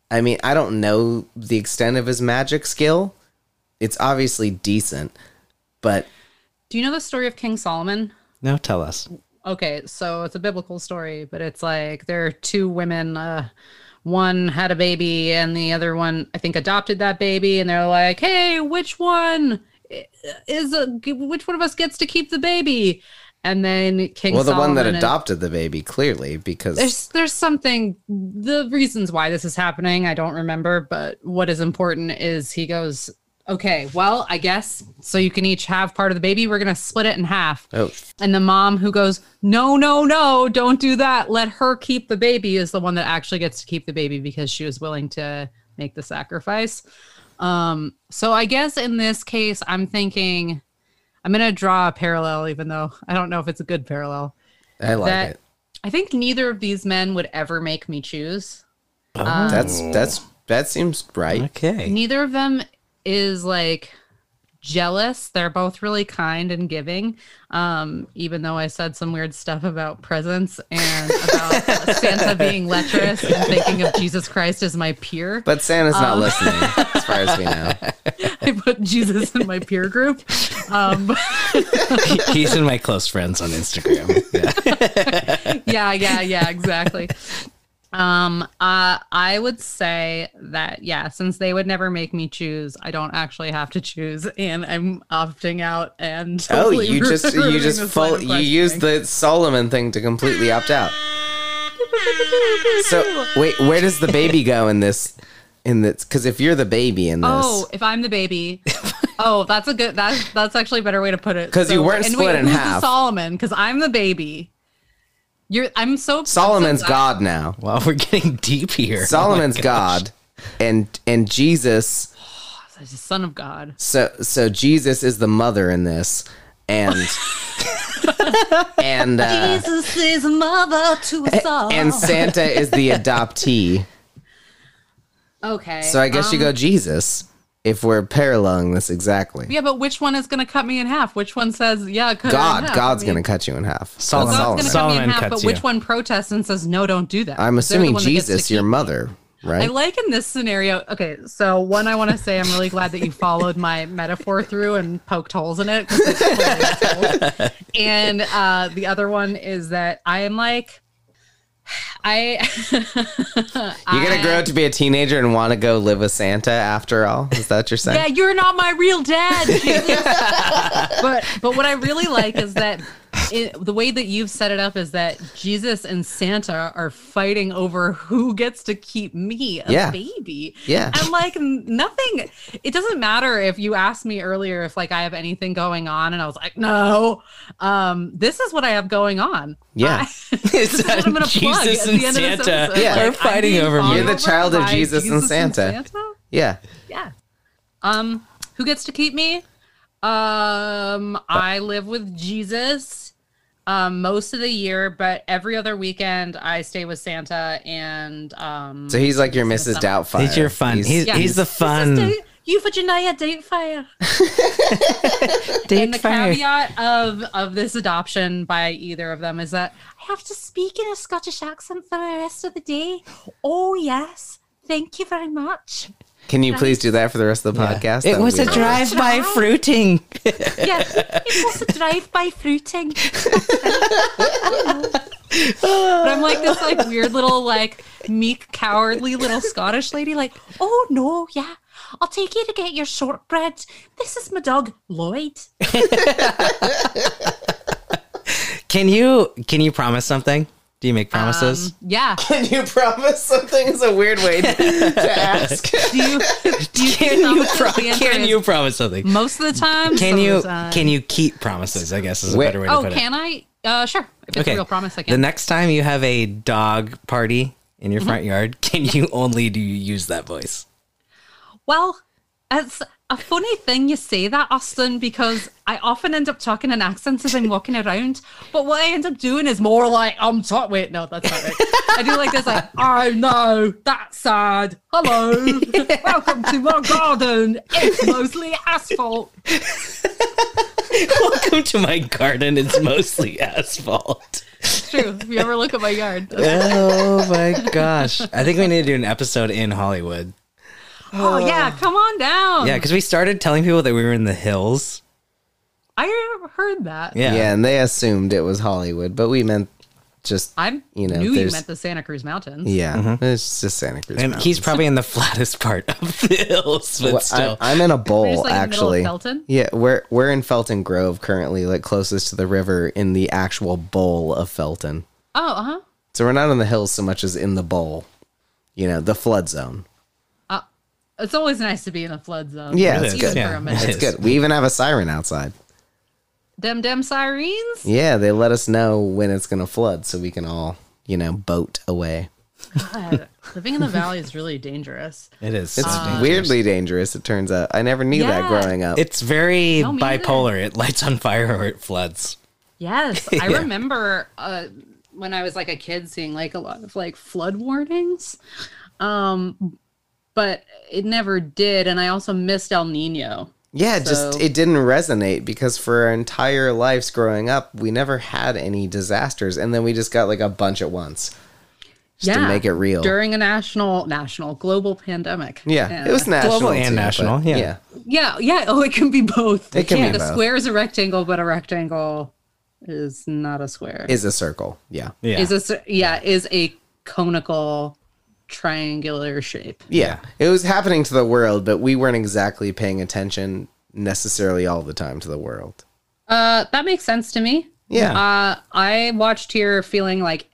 Speaker 1: I mean, I don't know the extent of his magic skill. It's obviously decent, but
Speaker 3: Do you know the story of King Solomon?
Speaker 2: no, tell us.
Speaker 3: okay so it's a biblical story but it's like there are two women uh one had a baby and the other one i think adopted that baby and they're like hey which one is a, which one of us gets to keep the baby and then king
Speaker 1: well, the one that
Speaker 3: Solomon and-
Speaker 1: adopted the baby clearly because
Speaker 3: there's there's something the reasons why this is happening i don't remember but what is important is he goes okay well i guess so you can each have part of the baby we're gonna split it in half
Speaker 1: oh,
Speaker 3: and the mom who goes, No, no, no, don't do that. Let her keep the baby is the one that actually gets to keep the baby because she was willing to make the sacrifice. Um, so I guess in this case, I'm thinking I'm going to draw a parallel, even though I don't know if it's a good parallel.
Speaker 1: I like
Speaker 3: that-
Speaker 1: it.
Speaker 3: I think neither of these men would ever make me choose.
Speaker 1: That's
Speaker 3: um,
Speaker 1: that's that seems right.
Speaker 2: Okay,
Speaker 3: Neither of them is like jealous. They're both really kind and giving. Um, even though I said some weird stuff about presents and about Santa being lecherous and thinking of Jesus Christ as my peer.
Speaker 1: But Santa's not
Speaker 3: Um,
Speaker 1: listening, as far as we know.
Speaker 3: I put Jesus in my peer group. Um,
Speaker 2: he's in my close friends on Instagram. Yeah.
Speaker 3: yeah, yeah, yeah, exactly. Um, uh, I would say that yeah, since they would never make me choose, I don't actually have to choose, and I'm opting out. And
Speaker 1: Oh,
Speaker 3: totally
Speaker 1: you just you
Speaker 3: ruining
Speaker 1: just
Speaker 3: this line
Speaker 1: full
Speaker 3: of
Speaker 1: you used
Speaker 3: questioning.
Speaker 1: the Solomon thing to completely opt out. So wait, where does the baby go in this? In this, because if you're the baby in this,
Speaker 3: Oh, if I'm the baby. oh, that's a good. That's that's actually a better way to put it.
Speaker 1: 'Cause you weren't
Speaker 3: and
Speaker 1: split in
Speaker 3: who's the
Speaker 1: half.
Speaker 3: Solomon, because I'm the baby. You're. I'm so.
Speaker 1: Solomon's
Speaker 3: I'm so glad-
Speaker 1: God now.
Speaker 2: Wow, we're getting deep here. Oh
Speaker 1: Solomon's God, and and Jesus.
Speaker 3: He's the son of God.
Speaker 1: So so Jesus is the mother in this, and and uh,
Speaker 3: Jesus is mother to us all.
Speaker 1: and Santa is the adoptee.
Speaker 3: okay.
Speaker 1: So I guess you
Speaker 3: um,
Speaker 1: go Jesus if we're paralleling this exactly.
Speaker 3: Yeah, but which one is going to cut me in half? Which one says, "Yeah, cut her in
Speaker 1: God,
Speaker 3: half"?
Speaker 1: God's
Speaker 3: I mean,
Speaker 1: gonna cut you in half. That's
Speaker 2: Solomon.
Speaker 3: God's
Speaker 1: Solomon.
Speaker 3: going to cut me
Speaker 2: Solomon
Speaker 3: in half. But
Speaker 2: cuts
Speaker 3: which
Speaker 2: you.
Speaker 3: one protests and says, "No, don't do that"?
Speaker 1: I'm
Speaker 3: They're the
Speaker 1: assuming
Speaker 3: one that gets to
Speaker 1: Jesus, your
Speaker 3: keep-
Speaker 1: mother,
Speaker 3: I
Speaker 1: right?
Speaker 3: like in this scenario. Okay, so one, I want to say I'm really glad that you followed my metaphor through and poked holes in it. 'cause it's totally holes. and uh, the other one is that I am like, I.
Speaker 1: You're gonna
Speaker 3: I-
Speaker 1: grow up to be a teenager and want to go live with Santa after all. Is that what you're saying?
Speaker 3: Yeah, you're not my real dad. Jesus. but but what I really like is that it, the way that you've set it up is that Jesus and Santa are fighting over who gets to keep me a
Speaker 1: Yeah.
Speaker 3: baby.
Speaker 1: Yeah.
Speaker 3: I'm like n- nothing. It doesn't matter if you asked me earlier if like I have anything going on, and I was like, no. Um, this is what I have going on.
Speaker 1: Yeah.
Speaker 3: I- this is what I'm gonna plug at
Speaker 2: Jesus
Speaker 3: the
Speaker 2: and
Speaker 3: end of this
Speaker 2: Santa
Speaker 3: episode.
Speaker 1: Yeah.
Speaker 3: Like,
Speaker 1: are
Speaker 3: I'm
Speaker 2: fighting
Speaker 3: being
Speaker 2: over me.
Speaker 3: fought
Speaker 2: You're
Speaker 1: the child of
Speaker 3: by
Speaker 1: Jesus and Santa.
Speaker 3: Santa?
Speaker 1: Yeah.
Speaker 3: Yeah. Um, who gets to keep me? Um, I live with Jesus um, most of the year, but every other weekend I stay with Santa and um.
Speaker 1: So he's like your Mrs. Doubtfire.
Speaker 2: He's your fun. He's, he's,
Speaker 3: Yeah.
Speaker 2: the fun.
Speaker 3: Date- you for Janaya date fire.
Speaker 2: Date
Speaker 3: and the
Speaker 2: fire.
Speaker 3: caveat of of this adoption by either of them is that I have to speak in a Scottish accent for the rest of the day. Oh yes, thank you very much.
Speaker 1: Can you please do that for the rest of the
Speaker 2: Yeah.
Speaker 1: podcast?
Speaker 2: It was a
Speaker 1: That'd be great.
Speaker 2: drive-by fruiting.
Speaker 3: Yeah, it was a drive-by fruiting. but I'm like this like weird little like meek cowardly little Scottish lady like, "Oh no, yeah. I'll take you to get your shortbread. This is my dog Lloyd."
Speaker 2: Can you can you promise something? Do you make promises?
Speaker 3: Yeah.
Speaker 1: Can you promise something? Is a weird way to, to ask.
Speaker 3: Do you, do you
Speaker 2: can you
Speaker 3: promise?
Speaker 2: pro-
Speaker 3: The answer
Speaker 2: can
Speaker 3: is
Speaker 2: you promise something?
Speaker 3: most of the time?
Speaker 2: Can
Speaker 3: some
Speaker 2: you
Speaker 3: of the time.
Speaker 2: can you keep promises? I guess is a
Speaker 1: Wait.
Speaker 2: better way to
Speaker 3: Oh,
Speaker 2: put it.
Speaker 3: can I? Uh, sure. If it's a real promise, I
Speaker 2: The
Speaker 3: can.
Speaker 2: next time you have a dog party in
Speaker 3: Mm-hmm.
Speaker 2: your front yard, can you only do you use that voice?
Speaker 3: well, it's a funny thing you say that, Austin, because I often end up talking in accents as I'm walking around. But what I end up doing is more like, I'm talking. Wait, no, that's not right. I do like this, like, oh no, that's sad. Hello. Welcome to my garden. It's mostly asphalt.
Speaker 2: Welcome to my garden. It's mostly asphalt.
Speaker 3: It's true. If you ever look at my yard,
Speaker 2: Oh my gosh. I think we need to do an episode in Hollywood.
Speaker 3: oh, yeah, come on down.
Speaker 2: Yeah, because we started telling people that we were in the hills.
Speaker 3: I heard that.
Speaker 2: Yeah.
Speaker 1: Yeah, and they assumed it was Hollywood, but we meant just
Speaker 3: I
Speaker 1: You know,
Speaker 3: knew you
Speaker 1: there's-
Speaker 3: meant the Santa Cruz Mountains.
Speaker 1: yeah. It's just Santa Cruz.
Speaker 2: Mm-hmm. And
Speaker 1: Mountains.
Speaker 2: he's probably in the flattest part of the hills, but
Speaker 1: Well,
Speaker 2: still.
Speaker 1: I, am in a
Speaker 3: We're
Speaker 1: bowl
Speaker 3: just, like, in the middle of
Speaker 1: actually.
Speaker 3: Felton?
Speaker 1: Yeah, we're we're in Felton Grove currently, like closest to the river in the actual bowl of Felton.
Speaker 3: Oh, uh huh.
Speaker 1: So we're not in the hills so much as in the bowl. You know, the flood zone.
Speaker 3: It's always nice to be in a flood zone.
Speaker 1: Yeah,
Speaker 2: It
Speaker 1: it's
Speaker 2: is,
Speaker 1: good.
Speaker 2: yeah.
Speaker 3: for a minute.
Speaker 2: It
Speaker 1: It's
Speaker 2: is.
Speaker 1: good. We even have a siren outside.
Speaker 3: Dem dem sirens.
Speaker 1: Yeah, they let us know when it's going to flood so we can all, you know, boat away.
Speaker 3: God, living in the valley is really dangerous.
Speaker 2: It is.
Speaker 1: It's weirdly dangerous, it turns out. I never knew that
Speaker 3: Yeah.
Speaker 1: growing up.
Speaker 2: It's very
Speaker 3: No, me neither.
Speaker 2: bipolar. It lights on fire or it floods.
Speaker 3: Yes, I remember uh, when I was like a kid seeing like a lot of like flood warnings, um, but it never did, and I also missed El Nino.
Speaker 1: yeah, it
Speaker 3: so-
Speaker 1: just it didn't resonate because for our entire lives growing up, we never had any disasters and then we just got like a bunch at once. Just to make it real.
Speaker 3: during a national, national, global pandemic.
Speaker 1: yeah, it was national
Speaker 2: Global and
Speaker 1: too, but
Speaker 2: national, yeah.
Speaker 3: Yeah, yeah. Oh, it can be both.
Speaker 1: It can be
Speaker 3: Yeah, A
Speaker 1: both.
Speaker 3: square is a rectangle, but a rectangle is not a square.
Speaker 1: Is a circle. Yeah.
Speaker 2: Yeah.
Speaker 3: Is a cir- yeah is a conical triangular shape.
Speaker 1: Yeah. It was happening to the world, but we weren't exactly paying attention necessarily all the time to the world.
Speaker 3: Uh, that makes sense to me.
Speaker 1: Yeah.
Speaker 3: Uh, I watched here feeling like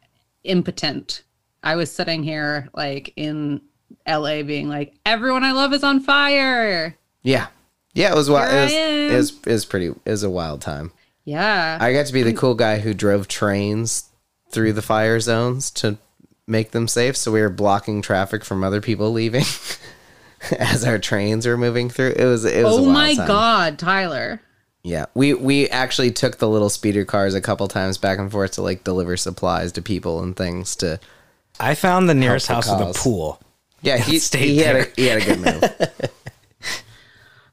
Speaker 3: impotent. I was sitting here like in L.A. being like, everyone I love is on fire.
Speaker 1: Yeah. Yeah, it was wild.
Speaker 3: Here I
Speaker 1: It was,
Speaker 3: am.
Speaker 1: it was it was pretty it was a wild time.
Speaker 3: Yeah.
Speaker 1: I got to be the cool guy who drove trains through the fire zones to make them safe. So we were blocking traffic from other people leaving as our trains were moving through. It was it was a
Speaker 3: oh
Speaker 1: wild
Speaker 3: my
Speaker 1: time.
Speaker 3: God, Tyler.
Speaker 1: Yeah, we we actually took the little speeder cars a couple times back and forth to like deliver supplies to people and things to.
Speaker 2: I found the nearest
Speaker 1: Helpful
Speaker 2: house with a
Speaker 1: cause.
Speaker 2: pool.
Speaker 1: Yeah, he,
Speaker 2: Stayed
Speaker 1: he had a,
Speaker 2: there.
Speaker 1: he had a good move.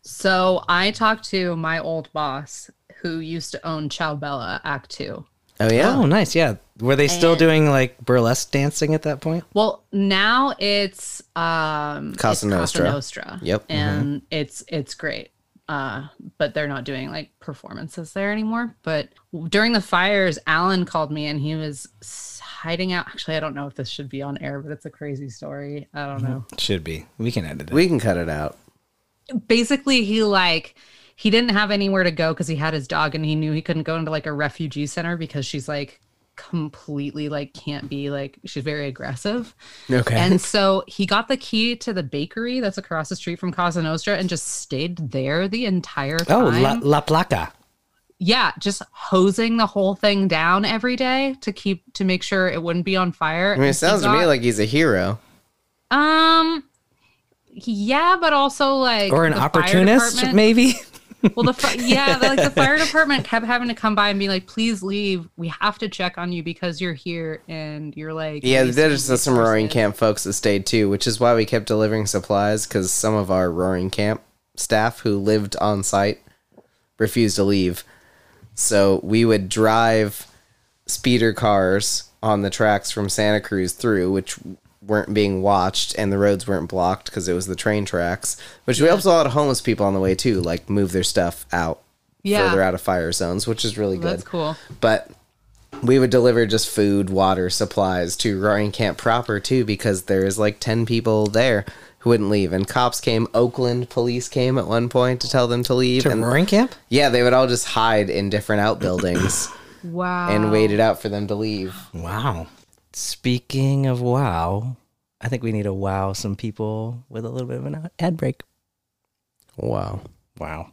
Speaker 3: So I talked to my old boss who used to own Chow Bella Act Two.
Speaker 1: Oh yeah,
Speaker 2: Oh, nice. Yeah. Were they still
Speaker 3: And-
Speaker 2: doing like burlesque dancing at that point?
Speaker 3: Well, now it's um it's
Speaker 1: Casa Nostra.
Speaker 3: Casa Nostra.
Speaker 1: Yep. Mm-hmm.
Speaker 3: And it's it's great. Uh, but they're not doing like performances there anymore. But during the fires, Alan called me and he was s- hiding out. Actually, I don't know if this should be on air, but it's a crazy story. I don't
Speaker 1: Mm-hmm.
Speaker 3: know.
Speaker 2: Should be. We can edit it.
Speaker 1: we can cut it out.
Speaker 3: basically he like he didn't have anywhere to go because he had his dog and he knew he couldn't go into like a refugee center because she's like completely like can't be like she's very aggressive
Speaker 1: Okay.
Speaker 3: and so he got the key to the bakery that's across the street from casa nostra and just stayed there the entire
Speaker 2: oh, La,
Speaker 3: time
Speaker 2: La Placa.
Speaker 3: yeah just hosing the whole thing down every day to keep to make sure it wouldn't be on fire
Speaker 1: I mean, it sounds to me like he's a hero.
Speaker 3: um yeah but also like
Speaker 2: Or an
Speaker 3: the fire
Speaker 2: opportunist,
Speaker 3: department-
Speaker 2: maybe?
Speaker 3: Well, the fi- yeah, the, like the fire department kept having to come by and be like, "Please leave. We have to check on you because you're here." And you're like,
Speaker 1: Yeah,
Speaker 3: "Please
Speaker 1: there's
Speaker 3: leave."
Speaker 1: some Roaring Camp folks that stayed too, which is why we kept delivering supplies because some of our Roaring Camp staff who lived on site refused to leave. So we would drive speeder cars on the tracks from Santa Cruz through, which weren't being watched and the roads weren't blocked because it was the train tracks. Which we helped a lot of homeless people on the way too, like move their stuff out
Speaker 3: Yeah.
Speaker 1: further out of fire zones, which is really good
Speaker 3: That's cool.
Speaker 1: but we would deliver just food, water, supplies to Roaring Camp proper too, because there is like ten people there who wouldn't leave, and cops came, Oakland police came at one point to tell them to leave,
Speaker 2: To
Speaker 1: and
Speaker 2: Roaring Camp?
Speaker 1: yeah, they would all just hide in different outbuildings
Speaker 3: Wow.
Speaker 1: and waited out for them to leave.
Speaker 2: Wow. Speaking of wow, I think we need to wow some people with a little bit of an ad break.
Speaker 1: Wow.
Speaker 2: Wow.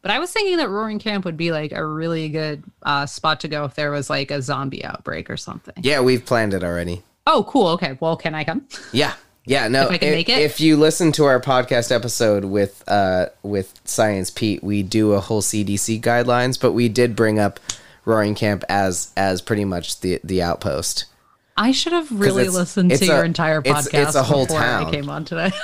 Speaker 3: But I was thinking that Roaring Camp would be like a really good uh, spot to go if there was like a zombie outbreak or something.
Speaker 1: Yeah, we've planned it already.
Speaker 3: Oh, cool. Okay. Well, can I come?
Speaker 1: Yeah. Yeah, no.
Speaker 3: If I can
Speaker 1: if,
Speaker 3: make it?
Speaker 1: if you listen to our podcast episode with uh with Science Pete, we do a whole CDC guidelines, but we did bring up Roaring Camp as as pretty much the the outpost.
Speaker 3: I should have really
Speaker 1: it's-
Speaker 3: listened
Speaker 1: it's
Speaker 3: to
Speaker 1: a-
Speaker 3: your entire
Speaker 1: it's-
Speaker 3: podcast
Speaker 1: it's a whole
Speaker 3: before
Speaker 1: town.
Speaker 3: I came on today.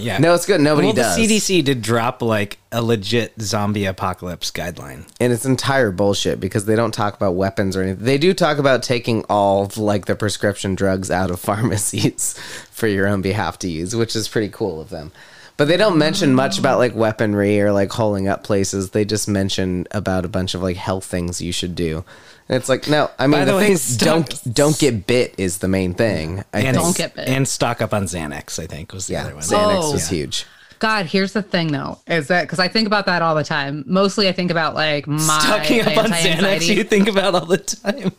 Speaker 2: Yeah.
Speaker 1: No, it's good. Nobody
Speaker 2: well,
Speaker 1: does.
Speaker 2: the CDC did drop like a legit zombie apocalypse guideline.
Speaker 1: and it's entire bullshit because they don't talk about weapons or anything. They do talk about taking all of, like the prescription drugs out of pharmacies for your own behalf to use, which is pretty cool of them. But they don't mention much about like weaponry or like holding up places. They just mention about a bunch of like health things you should do. And it's like no, I mean
Speaker 2: By
Speaker 1: the,
Speaker 2: the way,
Speaker 1: things
Speaker 2: stop-
Speaker 1: don't don't get bit is the main thing. I
Speaker 2: And,
Speaker 1: think.
Speaker 3: Don't get bit.
Speaker 2: and stock up on Xanax, I think, was the
Speaker 1: yeah,
Speaker 2: other one.
Speaker 1: Xanax
Speaker 3: Oh.
Speaker 1: was huge.
Speaker 3: God, here's the thing though, is that because I think about that all the time. Mostly, I think about like Oh, my
Speaker 2: Stocking up on Xanax,
Speaker 3: anti-anxiety.
Speaker 2: you think about all the time.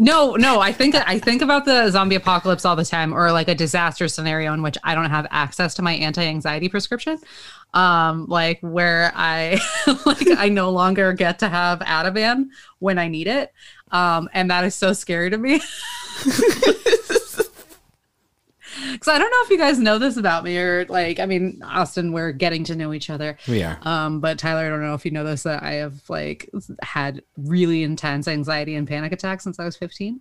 Speaker 3: No, no, I think I think about the zombie apocalypse all the time, or like a disaster scenario in which I don't have access to my anti-anxiety prescription, um, like where I like I no longer get to have Ativan when I need it, um, and that is so scary to me. Because I don't know if you guys know this about me, or like I mean, Austin, we're getting to know each other.
Speaker 2: We are.
Speaker 3: Um, but Tyler, I don't know if you know this that I have like had really intense anxiety and panic attacks since I was 15.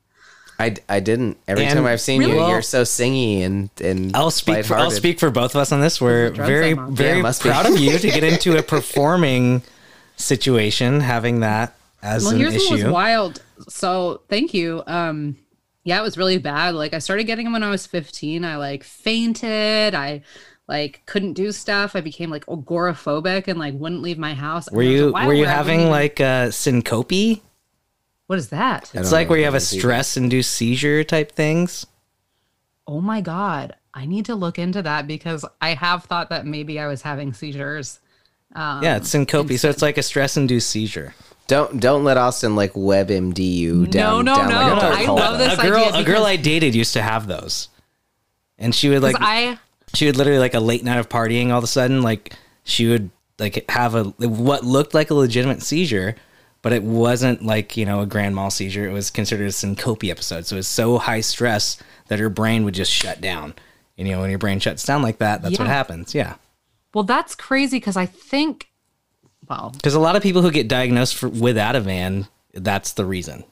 Speaker 1: I, I didn't. Every
Speaker 2: And-
Speaker 1: time I've seen you,
Speaker 2: Really?
Speaker 1: you're so singy and and
Speaker 2: I'll speak. For, I'll
Speaker 1: lighthearted.
Speaker 2: speak for both of us on this. We're
Speaker 3: drugs
Speaker 2: very,
Speaker 3: I'm on.
Speaker 2: very
Speaker 1: Yeah, must be.
Speaker 2: proud of you to get into a performing situation, having that as
Speaker 3: Well,
Speaker 2: an
Speaker 3: here's what was
Speaker 2: issue.
Speaker 3: wild. So thank you. Um, yeah, it was really bad. Like I started getting them when I was 15. I like fainted. I like couldn't do stuff. I became like agoraphobic and like wouldn't leave my house.
Speaker 2: Were
Speaker 3: And there was a
Speaker 2: you
Speaker 3: while
Speaker 2: were you
Speaker 3: where I wouldn't
Speaker 2: having
Speaker 3: even-
Speaker 2: like a syncope?
Speaker 3: what is that?
Speaker 2: It's
Speaker 1: don't
Speaker 2: like
Speaker 1: know
Speaker 2: where you have a
Speaker 1: what it is either.
Speaker 2: stress induced seizure type things.
Speaker 3: Oh my god, I need to look into that because I have thought that maybe I was having seizures. Um,
Speaker 2: yeah, it's syncope. So it's like a stress induced seizure.
Speaker 1: Don't don't let Austin like WebMD you down.
Speaker 3: no,
Speaker 1: down
Speaker 3: no.
Speaker 1: Like a dark
Speaker 3: I
Speaker 1: hole.
Speaker 3: love this
Speaker 2: a girl,
Speaker 3: idea
Speaker 2: a girl
Speaker 3: because-
Speaker 2: I dated used to have those, and she would like
Speaker 3: 'Cause I
Speaker 2: she would literally like a late night of partying all of a sudden like she would like have a what looked like a legitimate seizure but it wasn't like you know a grand mal seizure it was considered a syncope episode so it was so high stress that her brain would just shut down and you know when your brain shuts down like that that's what
Speaker 3: Yeah.
Speaker 2: happens yeah
Speaker 3: Well, that's crazy because I think, well,
Speaker 2: because a lot of people who get diagnosed for, with ativan that's the reason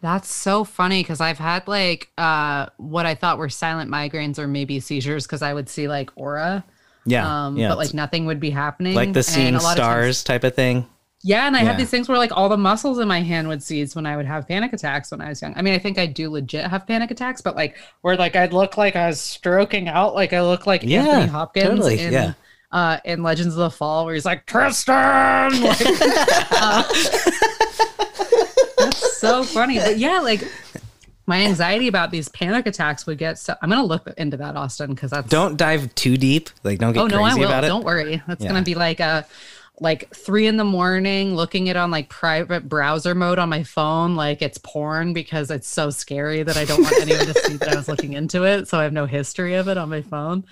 Speaker 3: that's so funny because I've had like uh, what I thought were silent migraines or maybe seizures because I would see like aura,
Speaker 2: yeah
Speaker 3: um,
Speaker 2: yeah
Speaker 3: but like
Speaker 2: it's
Speaker 3: nothing would be happening.
Speaker 2: like the
Speaker 3: And
Speaker 2: seeing
Speaker 3: a lot of
Speaker 2: stars
Speaker 3: times-
Speaker 2: type of thing
Speaker 3: yeah, and I
Speaker 2: Yeah.
Speaker 3: had these things where like all the muscles in my hand would seize when I would have panic attacks when I was young. I mean, I think I do legit have panic attacks, but like where like I'd look like I was stroking out, like I look like
Speaker 2: Yeah,
Speaker 3: Anthony Hopkins
Speaker 2: totally,
Speaker 3: in
Speaker 2: yeah.
Speaker 3: uh, in Legends of the Fall, where he's like Tristan. Like, uh, so funny. But yeah, like my anxiety about these panic attacks would get so I'm gonna look into that, Austin, because that's
Speaker 2: don't dive too deep like don't get
Speaker 3: oh no,
Speaker 2: crazy
Speaker 3: I will.
Speaker 2: about it
Speaker 3: Don't worry. That's
Speaker 2: Yeah.
Speaker 3: gonna be like a like three in the morning looking it on like private browser mode on my phone like it's porn because it's so scary that i don't want anyone to see that i was looking into it so i have no history of it on my phone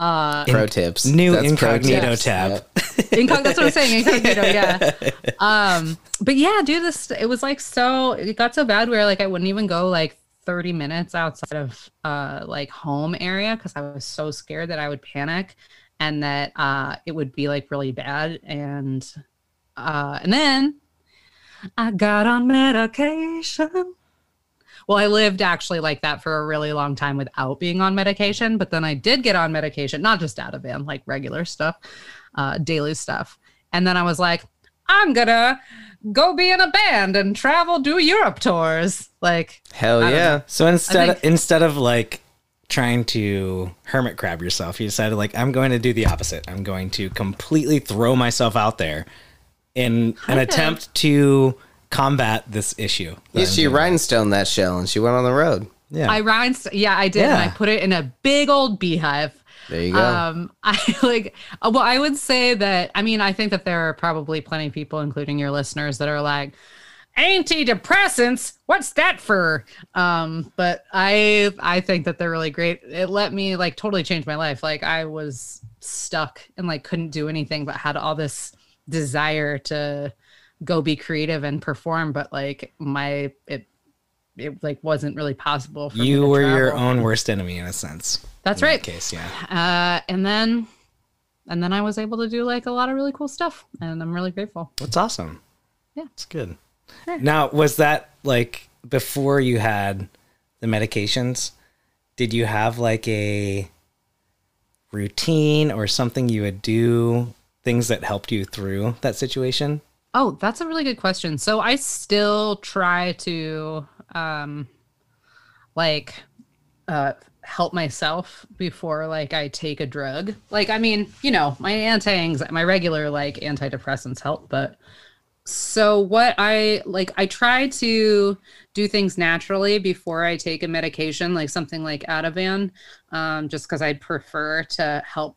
Speaker 3: uh
Speaker 1: Pro tips.
Speaker 4: New
Speaker 1: That's pro
Speaker 4: incognito
Speaker 1: tips.
Speaker 4: tab.
Speaker 3: incog- that's what i'm saying incognito yeah um but yeah dude this it was like so it got so bad where like i wouldn't even go like 30 minutes outside of uh like home area because i was so scared that i would panic and that uh it would be like really bad and uh and then i got on medication well i lived actually like that for a really long time without being on medication but then i did get on medication not just ativan like regular stuff uh, daily stuff. And then I was like, I'm gonna go be in a band and travel, do Europe tours. Like,
Speaker 1: Hell yeah.
Speaker 4: So instead
Speaker 3: think-
Speaker 4: instead of like trying to hermit crab yourself, you decided like I'm going to do the opposite. I'm going to completely throw myself out there in an
Speaker 3: Okay.
Speaker 4: attempt to combat this issue. that
Speaker 1: Yeah,
Speaker 4: I'm
Speaker 1: she
Speaker 4: doing.
Speaker 1: rhinestone that shell and she went on the road.
Speaker 4: Yeah.
Speaker 3: I rinsed, yeah, I did. And
Speaker 4: Yeah.
Speaker 3: I put it in a big old beehive.
Speaker 1: There you go.
Speaker 3: Um, I like, uh, well, I would say that, I mean, I think that there are probably plenty of people, including your listeners, that are like, antidepressants what's that for um but i i think that they're really great it let me like totally change my life like i was stuck and like couldn't do anything but had all this desire to go be creative and perform but like my it it like wasn't really possible for me
Speaker 4: you
Speaker 3: to
Speaker 4: were your
Speaker 3: travel.
Speaker 4: own worst enemy in a sense.
Speaker 3: that's
Speaker 4: In that
Speaker 3: right
Speaker 4: case, yeah.
Speaker 3: uh and then and then i was able to do like a lot of really cool stuff and i'm really grateful
Speaker 4: That's awesome.
Speaker 3: Yeah.
Speaker 4: It's good. Now, was that like before you had the medications? Did you have like a routine or something you would do? Things that helped you through that situation?
Speaker 3: Oh, that's a really good question. So I still try to um like uh help myself before like I take a drug. Like I mean, you know, my anti my regular like antidepressants help, but so what I like I try to do things naturally before I take a medication like something like Ativan um just cuz I'd prefer to help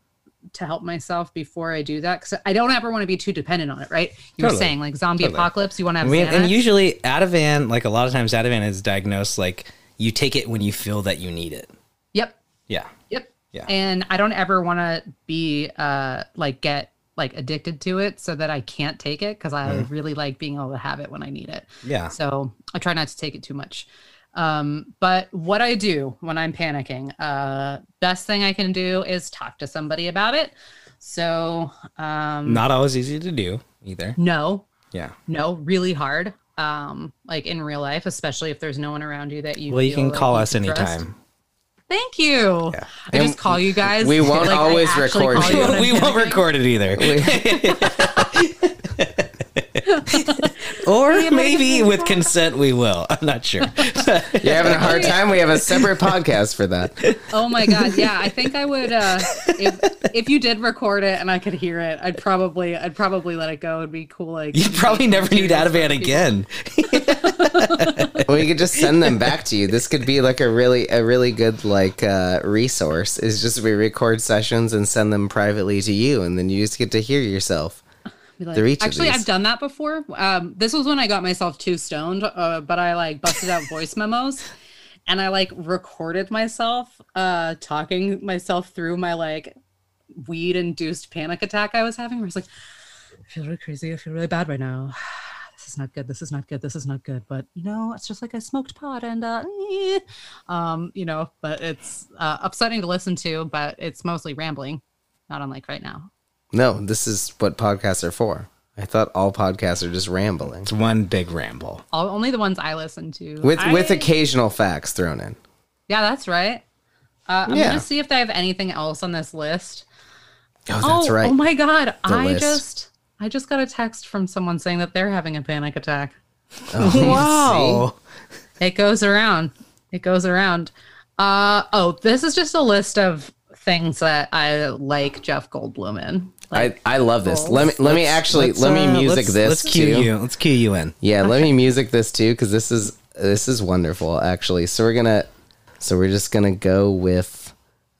Speaker 3: to help myself before I do that cuz I don't ever want to be too dependent on it, right? You were
Speaker 4: Totally.
Speaker 3: saying like zombie
Speaker 4: Totally.
Speaker 3: apocalypse, you want to
Speaker 4: I
Speaker 3: have
Speaker 4: mean, and
Speaker 3: Xanax?
Speaker 4: usually Ativan, like a lot of times Ativan is diagnosed like you take it when you feel that you need it.
Speaker 3: Yep.
Speaker 4: Yeah.
Speaker 3: Yep.
Speaker 4: Yeah.
Speaker 3: And I don't ever want to be uh like get like addicted to it so that I can't take it because I really like being able to have it when I need it.
Speaker 4: Mm-hmm. Yeah.
Speaker 3: So I try not to take it too much. Um, but what I do when I'm panicking, uh, best thing I can do is talk to somebody about it. So um,
Speaker 4: Not always easy to do either.
Speaker 3: no,
Speaker 4: Yeah.
Speaker 3: no, really hard. Um, like in real life, especially if there's no one around you that you.
Speaker 4: Well, you
Speaker 3: feel
Speaker 4: can
Speaker 3: like
Speaker 4: call us
Speaker 3: trust.
Speaker 4: anytime.
Speaker 3: Thank you. I
Speaker 1: And
Speaker 3: just call you guys.
Speaker 1: we won't
Speaker 3: I
Speaker 1: always
Speaker 3: actually
Speaker 1: record
Speaker 4: Oh,
Speaker 3: call
Speaker 1: you.
Speaker 3: when I'm
Speaker 4: we won't
Speaker 3: panicking.
Speaker 4: record it either. or maybe with consent we will. I'm not sure.
Speaker 1: You're having a hard time. We have a separate podcast for that.
Speaker 3: Oh my god, yeah. I think I would uh if if you did record it and I could hear it, I'd probably I'd probably let it go. It'd be cool like
Speaker 4: You probably never need Ativan again.
Speaker 1: Well, you could just send them back to you. This could be like a really, a really good like uh, resource. Is just we record sessions and send them privately to you, and then you just get to hear yourself.
Speaker 3: Be like-
Speaker 1: They're each of
Speaker 3: actually
Speaker 1: these.
Speaker 3: I've done that before. Um this was when I got myself too stoned, uh, but I like busted out voice memos and I like recorded myself uh talking myself through my like weed induced panic attack I was having where I was like I feel really crazy, I feel really bad right now. This is not good. This is not good. This is not good. But you know, it's just like I smoked pot and uh eh. um, you know, but it's uh upsetting to listen to, but it's mostly rambling, not unlike right now.
Speaker 1: No, this is what podcasts are for. I thought all podcasts are just rambling
Speaker 4: It's one big ramble.
Speaker 3: All, only the ones I listen to.
Speaker 1: with with
Speaker 3: I-
Speaker 1: occasional facts thrown in.
Speaker 3: yeah, that's right. Uh, I'm
Speaker 1: Yeah.
Speaker 3: gonna see if I have anything else on this list.
Speaker 1: Oh, that's
Speaker 3: oh,
Speaker 1: right.
Speaker 3: Oh my god, I
Speaker 1: list.
Speaker 3: just I just got a text from someone saying that they're having a panic attack.
Speaker 4: Wow.
Speaker 3: It goes around. It goes around. Uh oh, this is just a list of things that I like Jeff Goldblum in.
Speaker 1: I, I love this. Let me let me actually
Speaker 4: Let's,
Speaker 1: let me
Speaker 4: uh,
Speaker 1: music
Speaker 4: let's-
Speaker 1: this.
Speaker 4: Let's cue
Speaker 1: too.
Speaker 4: you. Let's cue you in.
Speaker 1: Yeah, let me music this too because this is this is wonderful actually. So we're gonna so we're just gonna go with.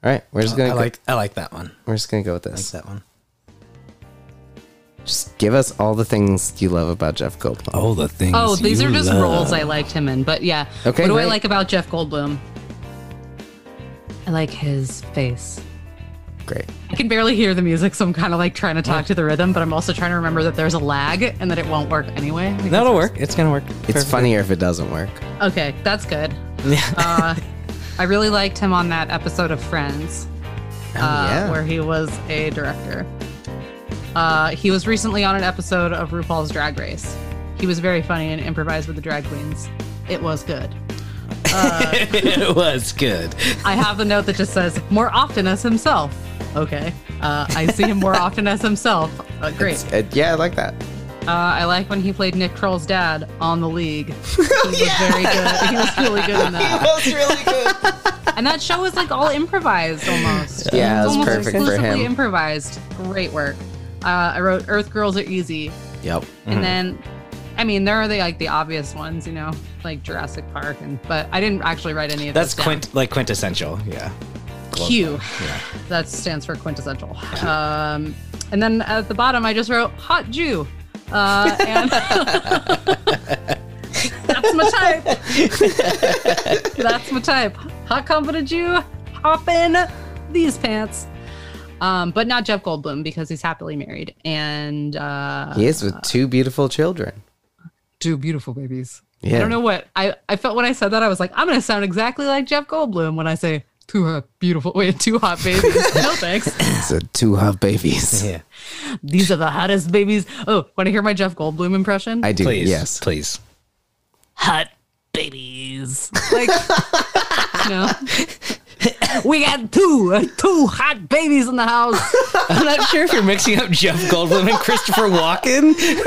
Speaker 1: All right, we're just
Speaker 4: Oh, I
Speaker 1: gonna go,
Speaker 4: like I like that one.
Speaker 1: we're just gonna go with this.
Speaker 4: It's that one.
Speaker 1: Just give us all the things you love about Jeff Goldblum.
Speaker 4: Oh, the things.
Speaker 3: Oh, these
Speaker 4: you
Speaker 3: are just
Speaker 4: love.
Speaker 3: roles I liked him in. But yeah.
Speaker 1: Okay,
Speaker 3: what do I
Speaker 1: great.
Speaker 3: like about Jeff Goldblum? I like his face.
Speaker 4: Oh,
Speaker 1: Great.
Speaker 3: I can barely hear the music, so I'm kind of like trying to talk to the rhythm, but I'm also trying to remember that there's a lag and that it won't work anyway. because
Speaker 4: That'll
Speaker 3: it's-
Speaker 4: work. It's gonna work.
Speaker 1: It's funnier if it doesn't work.
Speaker 3: Okay, that's good. Uh, I really liked him on that episode of Friends, uh,
Speaker 1: yeah.
Speaker 3: where he was a director. Uh, he was recently on an episode of RuPaul's Drag Race. He was very funny and improvised with the drag queens. It was good.
Speaker 4: it was good.
Speaker 3: I have a note that just says more often as himself. Okay, uh, I see him more often as himself. Uh, great.
Speaker 1: It's- it- yeah, I like that.
Speaker 3: Uh, I like when he played Nick Kroll's dad on the league. He was very good. He was really good in that.
Speaker 1: That's really good.
Speaker 3: And that show was like all improvised almost.
Speaker 1: Yeah, it was
Speaker 3: it's almost
Speaker 1: perfect for
Speaker 3: exclusively
Speaker 1: him.
Speaker 3: improvised. Great work. Uh, I wrote Earth Girls Are Easy.
Speaker 1: yep.
Speaker 3: And then, I mean, there are the like the obvious ones, you know, like Jurassic Park, and but I didn't actually write any of
Speaker 4: That's
Speaker 3: those down.
Speaker 4: quint like quintessential. Yeah.
Speaker 3: Q. That stands for quintessential. Um, and then at the bottom, I just wrote hot Jew. Uh, and that's my type. that's my type. Hot confident Jew. Hop in these pants. Um, but not Jeff Goldblum because he's happily married and uh,
Speaker 1: He is with two beautiful children.
Speaker 3: two beautiful babies.
Speaker 1: Yeah.
Speaker 3: I don't know what I, I felt when I said that I was like I'm gonna sound exactly like Jeff Goldblum when I say two hot beautiful wait two hot babies no thanks
Speaker 1: So two hot babies.
Speaker 4: Yeah.
Speaker 3: these are the hottest babies oh want to hear my Jeff Goldblum impression
Speaker 1: I do.
Speaker 4: Please.
Speaker 1: Yes.
Speaker 4: Please.
Speaker 3: hot babies like no we got two uh, two hot babies in the house
Speaker 4: I'm not sure if you're mixing up Jeff Goldblum and Christopher Walken.
Speaker 3: Chris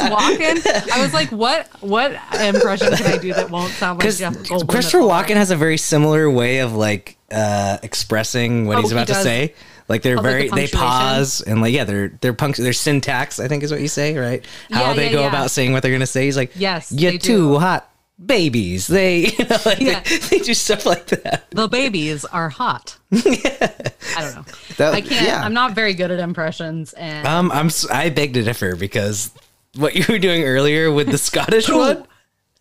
Speaker 3: Walken I was like what what impression can I do that won't sound like
Speaker 4: Because
Speaker 3: Jeff Goldblum at
Speaker 4: Christopher
Speaker 3: all?
Speaker 4: Walken has a very similar way of like uh, expressing what
Speaker 3: Oh,
Speaker 4: he's
Speaker 3: he
Speaker 4: about to
Speaker 3: does.
Speaker 4: say. Like they're
Speaker 3: Oh, like
Speaker 4: very
Speaker 3: the
Speaker 4: they
Speaker 3: punctuation?
Speaker 4: pause and like yeah they're they're punct their syntax I think is what you say right how
Speaker 3: Yeah,
Speaker 4: they
Speaker 3: yeah,
Speaker 4: go
Speaker 3: yeah.
Speaker 4: about saying what they're gonna say he's like
Speaker 3: Yes,
Speaker 4: you
Speaker 3: they
Speaker 4: two
Speaker 3: do.
Speaker 4: hot babies they you know like
Speaker 3: Yeah.
Speaker 4: they, they do stuff like that
Speaker 3: the babies are hot I don't know
Speaker 1: That-
Speaker 3: I can't
Speaker 1: yeah.
Speaker 3: I'm not very good at impressions and
Speaker 4: um I'm s- I beg to differ because what you were doing earlier with the Scottish one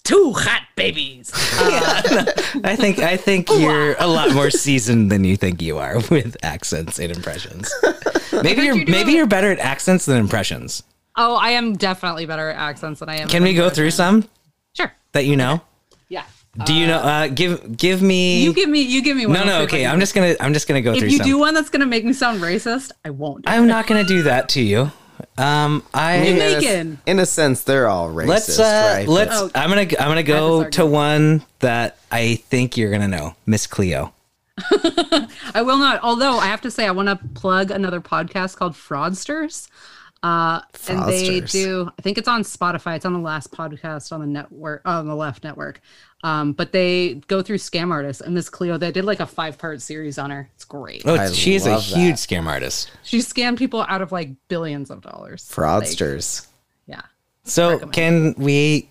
Speaker 3: two hot babies
Speaker 4: I think I think you're a lot more seasoned than you think you are with accents and impressions. Maybe you're
Speaker 3: you do
Speaker 4: maybe
Speaker 3: it.
Speaker 4: you're better at accents than impressions.
Speaker 3: Oh, I am definitely better at accents than I am.
Speaker 4: Can
Speaker 3: at
Speaker 4: we go
Speaker 3: impressions.
Speaker 4: through some
Speaker 3: Sure.
Speaker 4: that you know?
Speaker 3: Yeah.
Speaker 4: Do you know? Uh, give give me.
Speaker 3: You give me. You give me one.
Speaker 4: no,
Speaker 3: I'll
Speaker 4: no.
Speaker 3: see if I
Speaker 4: Okay,
Speaker 3: can-
Speaker 4: I'm just gonna I'm just gonna go
Speaker 3: If
Speaker 4: through
Speaker 3: you
Speaker 4: some.
Speaker 3: do one that's gonna make me sound racist, I won't. do it.
Speaker 4: I'm not gonna do that to you. Um, I
Speaker 1: In a-
Speaker 3: Megan.
Speaker 1: In a sense, they're all racist,
Speaker 4: let's uh,
Speaker 1: right?
Speaker 4: let's.
Speaker 3: Oh.
Speaker 4: I'm gonna I'm gonna go
Speaker 3: argument.
Speaker 4: to one that I think you're gonna know, Miss Cleo.
Speaker 3: I will not. Although I have to say, I want to plug another podcast called Fraudsters. Uh, and they
Speaker 1: Fraudsters.
Speaker 3: do. I think it's on Spotify. It's on the last podcast on the network, on the Left Network. Um, but they go through scam artists, and Miss Cleo. They did like a five-part series on her. It's great.
Speaker 4: Oh,
Speaker 1: I
Speaker 4: she is a
Speaker 1: love that.
Speaker 4: huge scam artist.
Speaker 3: She scammed people out of like billions of dollars. Like,
Speaker 1: fraudsters.
Speaker 3: yeah.
Speaker 4: So can we?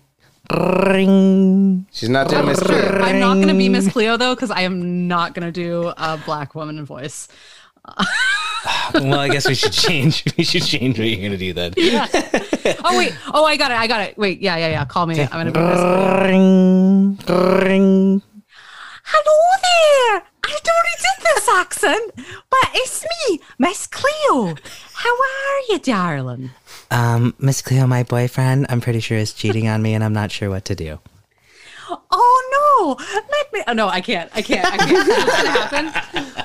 Speaker 4: Ring.
Speaker 1: She's not doing Miss Cleo.
Speaker 3: I'm not gonna be Miss Cleo though, because I am not gonna do a black woman voice.
Speaker 4: well, I guess we should change. We should change what you're gonna do then.
Speaker 3: Oh wait, oh I got it, I got it. Wait, yeah, yeah, yeah. Call me. I'm gonna be Miss Cleo.
Speaker 4: Ring, ring.
Speaker 5: Hello there! I don't did this accent, but it's me, Miss Cleo. How are you, darling?
Speaker 4: Um, Miss Cleo, my boyfriend, I'm pretty sure is cheating on me, and I'm not sure what to do.
Speaker 5: Oh no!
Speaker 3: Let me. Oh no, I can't. I can't. I can't. What's gonna happen?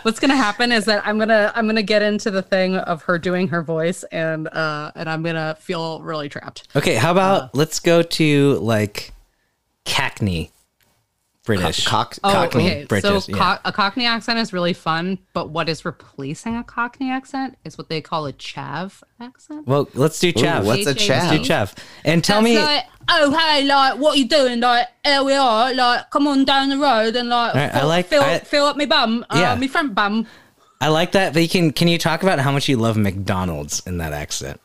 Speaker 3: What's gonna happen is that I'm gonna I'm gonna get into the thing of her doing her voice, and uh, and I'm gonna feel really trapped.
Speaker 4: Okay, how about
Speaker 6: Uh.
Speaker 4: let's go to like Cackney, British.
Speaker 1: Cock,
Speaker 3: Oh,
Speaker 1: cockney.
Speaker 3: okay.
Speaker 4: British,
Speaker 3: so
Speaker 4: yeah.
Speaker 3: cock a Cockney accent is really fun, but what is replacing a Cockney accent is what they call a chav accent.
Speaker 4: well, let's do Chav.
Speaker 1: what's a
Speaker 3: H-A-V.
Speaker 1: chav?
Speaker 4: let's do Chav. And tell me.
Speaker 3: That's like, oh hey, like what you doing? Like here we are, like come on down the road and like
Speaker 4: Right, I
Speaker 3: fill,
Speaker 4: like-
Speaker 3: fill,
Speaker 4: I-
Speaker 3: fill up my bum,
Speaker 4: Yeah.
Speaker 3: uh, my front bum.
Speaker 4: I like that, but you can can you talk about how much you love McDonald's in that accent?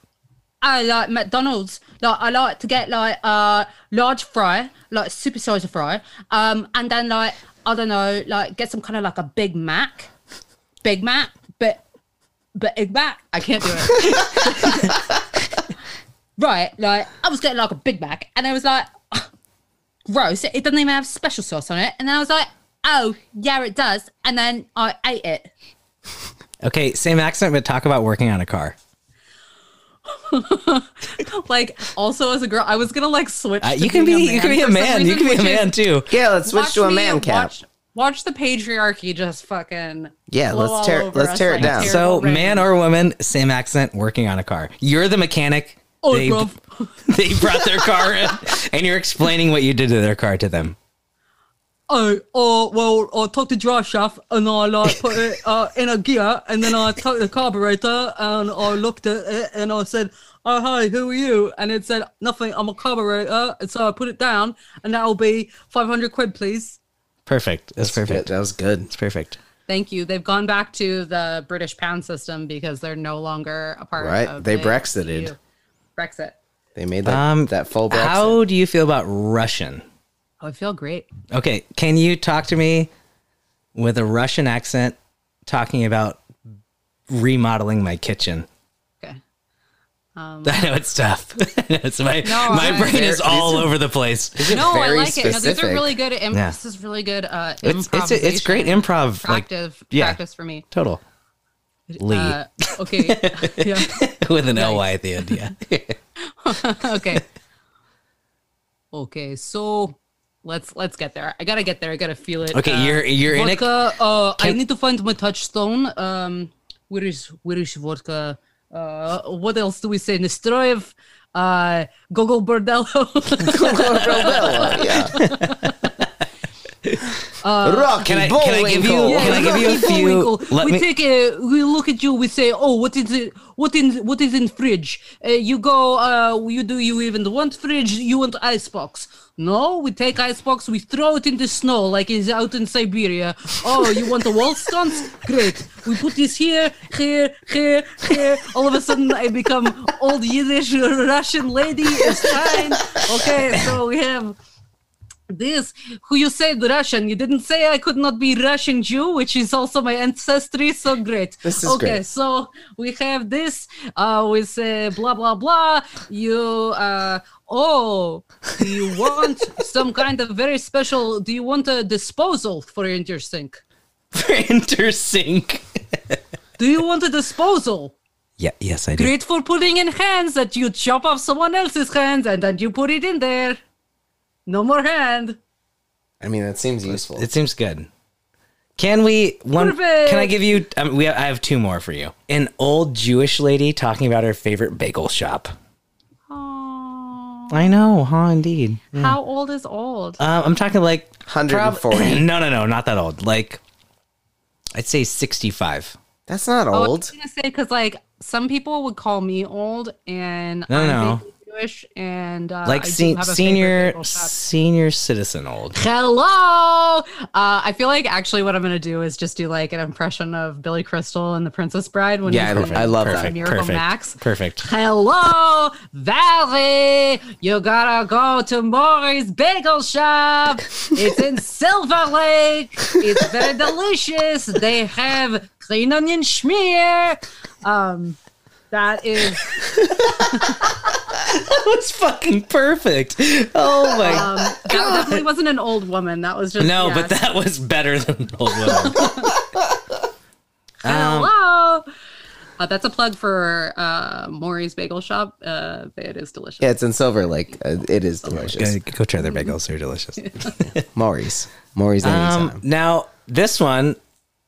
Speaker 3: I like McDonald's. Like I like to get like uh large fry, like super size of fry, um, and then like I don't know, like get some kind of like a Big Mac, Big Mac, but
Speaker 6: but it's back. I can't do it. right, like I was getting like a Big Mac, and I was like, gross. It doesn't even have special sauce on it. And then I was like, oh yeah, it does. And then I ate it.
Speaker 4: Okay, same accent, but talk about working on a car.
Speaker 6: Like also as a girl, I was gonna like switch.
Speaker 4: Uh,
Speaker 6: to
Speaker 4: you can be
Speaker 6: being
Speaker 4: you can be a
Speaker 6: for some
Speaker 4: man. You
Speaker 6: reason,
Speaker 4: can be
Speaker 6: which
Speaker 4: a
Speaker 6: is-
Speaker 4: man too.
Speaker 1: Yeah, let's switch to a
Speaker 6: me-
Speaker 1: man cap.
Speaker 6: Watch, watch the patriarchy just fucking.
Speaker 1: Yeah,
Speaker 6: blow
Speaker 1: let's
Speaker 6: all
Speaker 1: tear-
Speaker 6: over
Speaker 1: let's
Speaker 6: us
Speaker 1: tear it
Speaker 6: like
Speaker 1: down.
Speaker 6: terrible
Speaker 4: So
Speaker 6: rain.
Speaker 4: man or woman, same accent, working on a car. You're the mechanic.
Speaker 6: Oh,
Speaker 4: they,
Speaker 6: bruv.
Speaker 4: they brought their car in, and you're explaining what you did to their car to them.
Speaker 6: Oh, or well, I took the drive shaft and I like put it uh, in a gear, and then I took the carburetor and I looked at it and I said, "Oh hi, who are you?" And it said, "Nothing, I'm a carburetor." And so I put it down, and that'll be five hundred quid, please.
Speaker 4: Perfect. That's
Speaker 1: Good,
Speaker 4: perfect.
Speaker 1: That was good.
Speaker 4: It's perfect.
Speaker 6: Thank you. They've gone back to the British pound system because they're no longer a part.
Speaker 1: Right,
Speaker 6: of
Speaker 1: they
Speaker 6: the
Speaker 1: Brexited.
Speaker 6: EU. Brexit.
Speaker 1: They made that,
Speaker 4: Um,
Speaker 1: that full Brexit.
Speaker 4: How do you feel about Russian?
Speaker 6: Oh, I feel great.
Speaker 4: Okay, can you talk to me with a Russian accent talking about remodeling my kitchen?
Speaker 6: Okay.
Speaker 4: I know it's tough. I know it's my my
Speaker 6: I-
Speaker 4: brain is
Speaker 1: They're-
Speaker 4: all over the place.
Speaker 6: No, I
Speaker 1: very
Speaker 6: like it. No, these
Speaker 1: specific.
Speaker 6: are really good. Im-
Speaker 4: Yeah.
Speaker 6: This is really good. Uh,
Speaker 4: It's it's a, it's great
Speaker 6: improvisation
Speaker 4: improv like
Speaker 6: practice.
Speaker 4: yeah.
Speaker 6: practice for me.
Speaker 4: total Lee
Speaker 6: Uh, okay. yeah.
Speaker 4: with an ly at the end. Yeah,
Speaker 6: Okay. Okay. So let's let's get there. I gotta get there. I gotta feel it.
Speaker 4: Okay,
Speaker 6: Uh,
Speaker 4: you're- you're in it.
Speaker 6: vodka, Uh, I need to find my touchstone. Um, where is where is vodka? Uh, what else do we say? Nestroyev, uh, Gogol Bordello.
Speaker 1: yeah.
Speaker 3: Uh,
Speaker 1: Rocky
Speaker 4: Can I- can I
Speaker 1: Bullwinkle.
Speaker 4: give you- Yeah. Can I give you a
Speaker 6: Rocky
Speaker 4: few-
Speaker 6: Bullwinkle.
Speaker 4: let
Speaker 6: we
Speaker 4: me-
Speaker 6: take a we look at you. We say, "Oh, what is it? What in what is in fridge?" Uh, you go. Uh, you do. You even want fridge? You want icebox? No, we take icebox. We throw it in the snow like it's out in Siberia. Oh, you want a wall sconce? Great. We put this here, here, here, here. All of a sudden, I become old Yiddish Russian lady. It's fine. Okay, so we have this who you said russian you didn't say i could not be russian jew which is also my ancestry so great
Speaker 1: This is
Speaker 6: okay
Speaker 1: great.
Speaker 6: so we have this uh we say blah blah blah you uh oh do you want some kind of very special do you want a disposal for your sink
Speaker 4: for intersync.
Speaker 6: do you want a disposal
Speaker 4: Yeah, yes, I do.
Speaker 6: great for putting in hands that you chop off someone else's hands and then you put it in there no more hand
Speaker 1: I mean, that seems useful.
Speaker 4: It seems good. Can we one?
Speaker 6: Perfect.
Speaker 4: Can I give you? Um, we have, I have two more for you. An old Jewish lady talking about her favorite bagel shop.
Speaker 6: Aw.
Speaker 4: I know, huh? Indeed.
Speaker 1: Hmm.
Speaker 6: How old is old?
Speaker 4: Um, I'm talking like
Speaker 1: 140.
Speaker 4: prob- no, no, no, not that old. Like, I'd say 65.
Speaker 1: That's not
Speaker 3: Oh,
Speaker 6: I
Speaker 1: old.
Speaker 6: was gonna say because like some people would call me old, and
Speaker 4: No,
Speaker 6: I'm
Speaker 4: no.
Speaker 6: vaguely Jewish, and uh,
Speaker 4: Like
Speaker 6: I do
Speaker 4: se-
Speaker 6: have a favorite
Speaker 4: senior,
Speaker 6: bagel shop.
Speaker 4: senior citizen old.
Speaker 6: Hello. Uh, I feel like actually what I'm gonna do is just do like an impression of Billy Crystal and The Princess Bride when
Speaker 1: Yeah,
Speaker 6: he's
Speaker 1: I-
Speaker 6: like,
Speaker 1: I love that.
Speaker 4: perfect,
Speaker 6: Miracle
Speaker 4: perfect,
Speaker 6: Max.
Speaker 4: Perfect.
Speaker 6: Hello, Valley. You gotta go to Maury's Bagel Shop. It's in Silver Lake. It's very delicious. They have green onion schmear. Um, that is
Speaker 4: That was fucking perfect. Oh my.
Speaker 6: um, that definitely wasn't an old woman. That was just
Speaker 4: no,
Speaker 6: yeah.
Speaker 4: but that was better than old woman.
Speaker 2: um,
Speaker 6: hello. Uh, that's a plug for uh, Maury's Bagel Shop. Uh, it is delicious.
Speaker 1: Yeah, it's in Silver Lake. Uh, it is delicious.
Speaker 4: Go- Go try their bagels; they're delicious.
Speaker 1: Maury's. Maury's anytime.
Speaker 4: Um, now, this one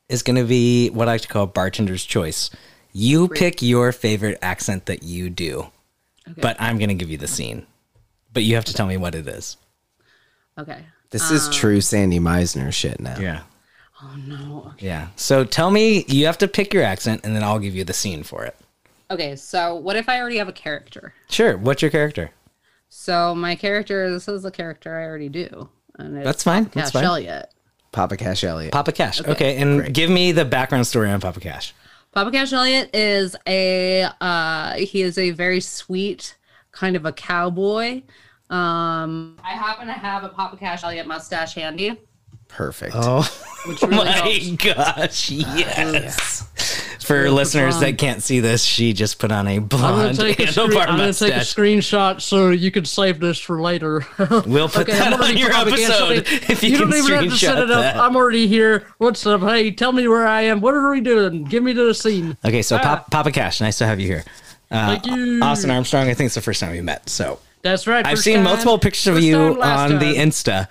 Speaker 4: is going to be what I like to call bartender's choice. You pick your favorite accent that you do, but I'm going to give you the scene. But you have to tell me what it is.
Speaker 6: Okay.
Speaker 1: this
Speaker 3: uh,
Speaker 1: is true Sandy Meisner shit now.
Speaker 4: Yeah.
Speaker 6: Oh no.
Speaker 4: Yeah. So tell me, you have to pick your accent and then I'll give you the scene for it.
Speaker 6: Okay. So what if I already have a character?
Speaker 4: Sure. What's your character?
Speaker 6: So my character, this is a character I already do, and it's
Speaker 4: That's fine. That's
Speaker 6: Cash
Speaker 4: fine.
Speaker 6: Elliot.
Speaker 1: Papa Cash Elliot.
Speaker 4: Papa Cash. Okay. and give me the background story on Papa Cash.
Speaker 6: Papa Cash Elliot is a uh, he is a very sweet kind of a cowboy. Um, I happen to have a Papa Cash Elliot mustache handy,
Speaker 1: Perfect.
Speaker 4: Oh
Speaker 6: which really
Speaker 4: my
Speaker 6: helps.
Speaker 4: gosh. Yes.
Speaker 2: For listeners that can't see this, she just put on a
Speaker 6: I'm
Speaker 2: blonde
Speaker 6: gonna, take a, screen-
Speaker 2: handlebar
Speaker 6: I'm gonna take a
Speaker 2: mustache.
Speaker 6: screenshot so you can save this for later.
Speaker 2: We'll put that
Speaker 6: I'm already
Speaker 2: on your
Speaker 6: propaganda-
Speaker 2: episode if you
Speaker 6: don't
Speaker 2: can
Speaker 6: even have to set
Speaker 2: screenshot
Speaker 6: it up.
Speaker 2: that.
Speaker 6: I'm already here. What's up? Hey, tell me where I am. What are we doing? Give me to the scene.
Speaker 2: Okay, so Pop, Papa Cash, nice to have you here. Uh,
Speaker 6: Ah. Thank you.
Speaker 2: Austin Armstrong, I think it's the first time we met. So
Speaker 6: That's right.
Speaker 2: I've
Speaker 6: first
Speaker 2: seen
Speaker 6: time.
Speaker 2: multiple pictures of
Speaker 6: First
Speaker 2: you
Speaker 6: time, last
Speaker 2: on the
Speaker 6: time.
Speaker 2: Insta,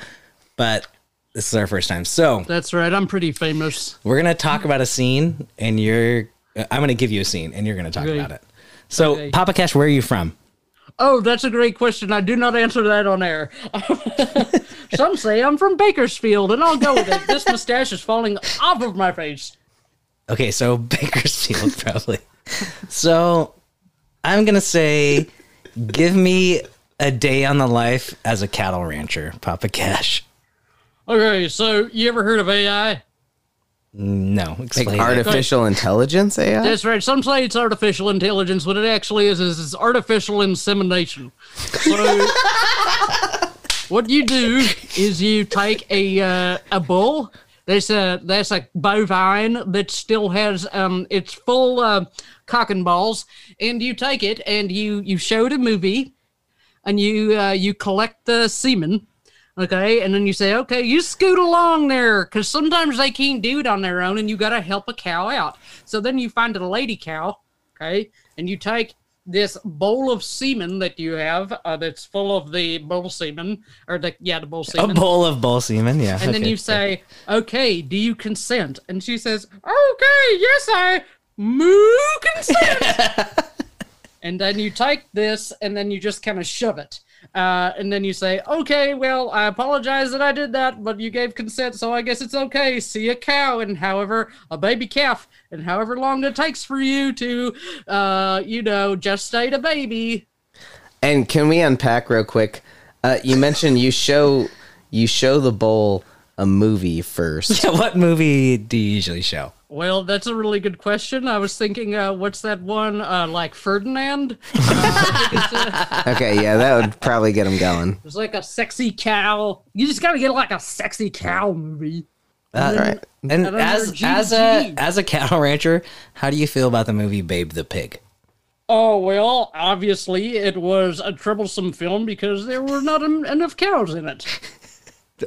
Speaker 2: but this is our first time. So
Speaker 6: That's right. I'm pretty famous.
Speaker 2: we're gonna talk about a scene, and you're. uh, I'm gonna give you a scene, and you're gonna talk
Speaker 6: Okay.
Speaker 2: about it. So
Speaker 6: Okay.
Speaker 2: Papa Cash, where are you from?
Speaker 6: Oh, that's a great question. I do not answer that on air. Some say I'm from Bakersfield, and I'll go with it. This mustache is falling off of my face.
Speaker 2: Okay, so Bakersfield probably. so I'm gonna say, give me a day on the life as a cattle rancher, Papa Cash.
Speaker 6: Okay, so you ever heard of AI?
Speaker 2: No, explain.
Speaker 1: Like
Speaker 2: it.
Speaker 1: artificial intelligence AI?
Speaker 6: That's right. Some say it's artificial intelligence. What it actually is is it's artificial insemination. So, what you do is you take a uh, a bull. There's a there's a bovine that still has um it's full uh, cock and balls, and you take it and you you show it a movie, and you uh, you collect the semen. Okay, and then you say, okay, you scoot along there, because sometimes they can't do it on their own, and you gotta help a cow out. So then you find a lady cow, okay, and you take this bowl of semen that you have uh, that's full of the bull semen, or the yeah, the bull
Speaker 2: A
Speaker 6: semen,
Speaker 2: bowl of bull semen, yeah.
Speaker 6: and then
Speaker 2: okay.
Speaker 6: you say, okay, do you consent? And she says, okay, yes, I moo consent. and then you take this and then you just kind of shove it. Uh, and then you say, okay, well, I apologize that I did that, but you gave consent, so I guess it's okay. See a cow and however, a baby calf, and however long it takes for you to, uh, you know, gestate a baby.
Speaker 1: And can we unpack real quick? Uh, you mentioned you show you show the bowl a movie first.
Speaker 2: what movie do you usually show?
Speaker 6: Well, that's a really good question. I was thinking, uh, what's that one, uh, like Ferdinand? Uh,
Speaker 1: Okay, yeah, that would probably get him going.
Speaker 6: There's like a sexy cow. You just gotta get like a sexy cow movie.
Speaker 1: All right.
Speaker 2: And
Speaker 6: don't
Speaker 2: as
Speaker 6: remember
Speaker 2: as
Speaker 6: GG.
Speaker 2: a as a cattle rancher, how do you feel about the movie Babe the Pig?
Speaker 6: Oh well, obviously it was a troublesome film because there were not en- enough cows in it.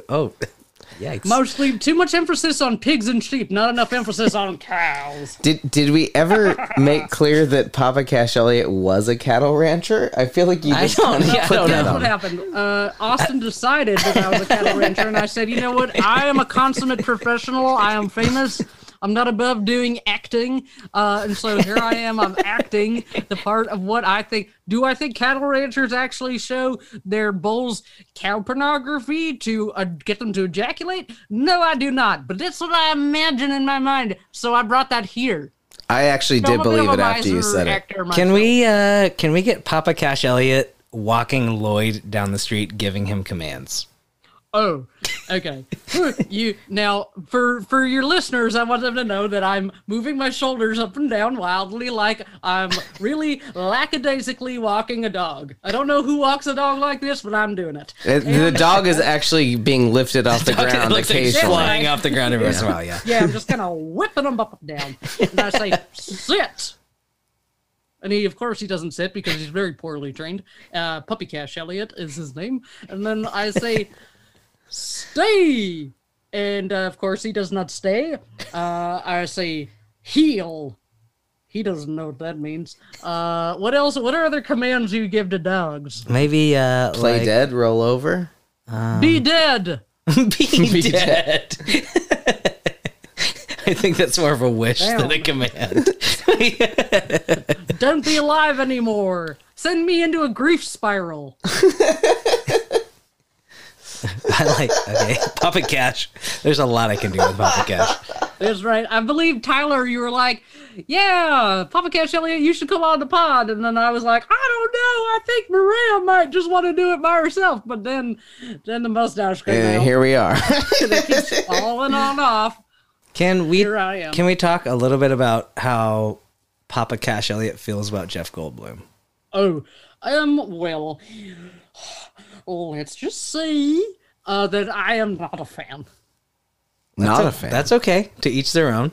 Speaker 2: Oh, yikes!
Speaker 6: Mostly too much emphasis on pigs and sheep, not enough emphasis on cows.
Speaker 1: Did did we ever make clear that Papa Cash Elliot was a cattle rancher? I feel like you
Speaker 2: I
Speaker 1: just
Speaker 2: don't.
Speaker 1: kinda
Speaker 2: Yeah, I
Speaker 1: put
Speaker 2: don't
Speaker 1: that
Speaker 6: That's
Speaker 1: on.
Speaker 6: what happened. Uh, Austin decided that I was a cattle rancher, and I said, you know what? I am a consummate professional. I am famous. I'm not above doing acting. Uh, and so here I am. I'm acting the part of what I think. Do I think cattle ranchers actually show their bulls cow pornography to uh, get them to ejaculate? No, I do not. But that's what I imagine in my mind. So I brought that here.
Speaker 1: I actually
Speaker 6: I'm
Speaker 1: did
Speaker 6: a bit
Speaker 1: believe
Speaker 6: of
Speaker 1: it
Speaker 6: a
Speaker 1: after you
Speaker 6: miser
Speaker 1: said it.
Speaker 6: actor
Speaker 2: Can
Speaker 6: myself.
Speaker 2: we uh can we get Papa Cash Elliot walking Lloyd down the street, giving him commands?
Speaker 6: Oh, okay. you now for for your listeners, I want them to know that I'm moving my shoulders up and down wildly, like I'm really lackadaisically walking a dog. I don't know who walks a dog like this, but I'm doing it.
Speaker 1: It- The dog is actually being lifted off the ground occasionally.
Speaker 2: flying off the ground every once in a while. Yeah.
Speaker 6: Yeah, I'm just kind of whipping him up and down, and I say sit. And he, of course, he doesn't sit because he's very poorly trained. Uh, Puppy Cash Elliot is his name, and then I say stay. And uh, of course, he does not stay. Uh, I say heal. He doesn't know what that means. Uh, what else? What are other commands you give to dogs?
Speaker 2: Maybe uh,
Speaker 1: Play
Speaker 2: like,
Speaker 1: dead, roll over.
Speaker 6: Be dead.
Speaker 2: Be, dead. I think that's more of a wish than a
Speaker 6: Damn.
Speaker 2: command.
Speaker 6: Don't be alive anymore. Send me into a grief spiral.
Speaker 2: I like okay, Papa Cash. There's a lot I can do with Papa Cash.
Speaker 6: That's right. I believe Tyler, you were like, "Yeah, Papa Cash Elliot, you should come on the pod." And then I was like, "I don't know. I think Maria might just want to do it by herself." But then, then the mustache came
Speaker 1: And
Speaker 6: out.
Speaker 1: here we are.
Speaker 6: falling on off.
Speaker 2: Can we
Speaker 6: Here I am.
Speaker 2: can we talk a little bit about how Papa Cash Elliot feels about Jeff Goldblum?
Speaker 6: Oh, um, well, let's just see uh, that I am not a fan.
Speaker 1: Not a fan.
Speaker 2: That's okay. To each their own.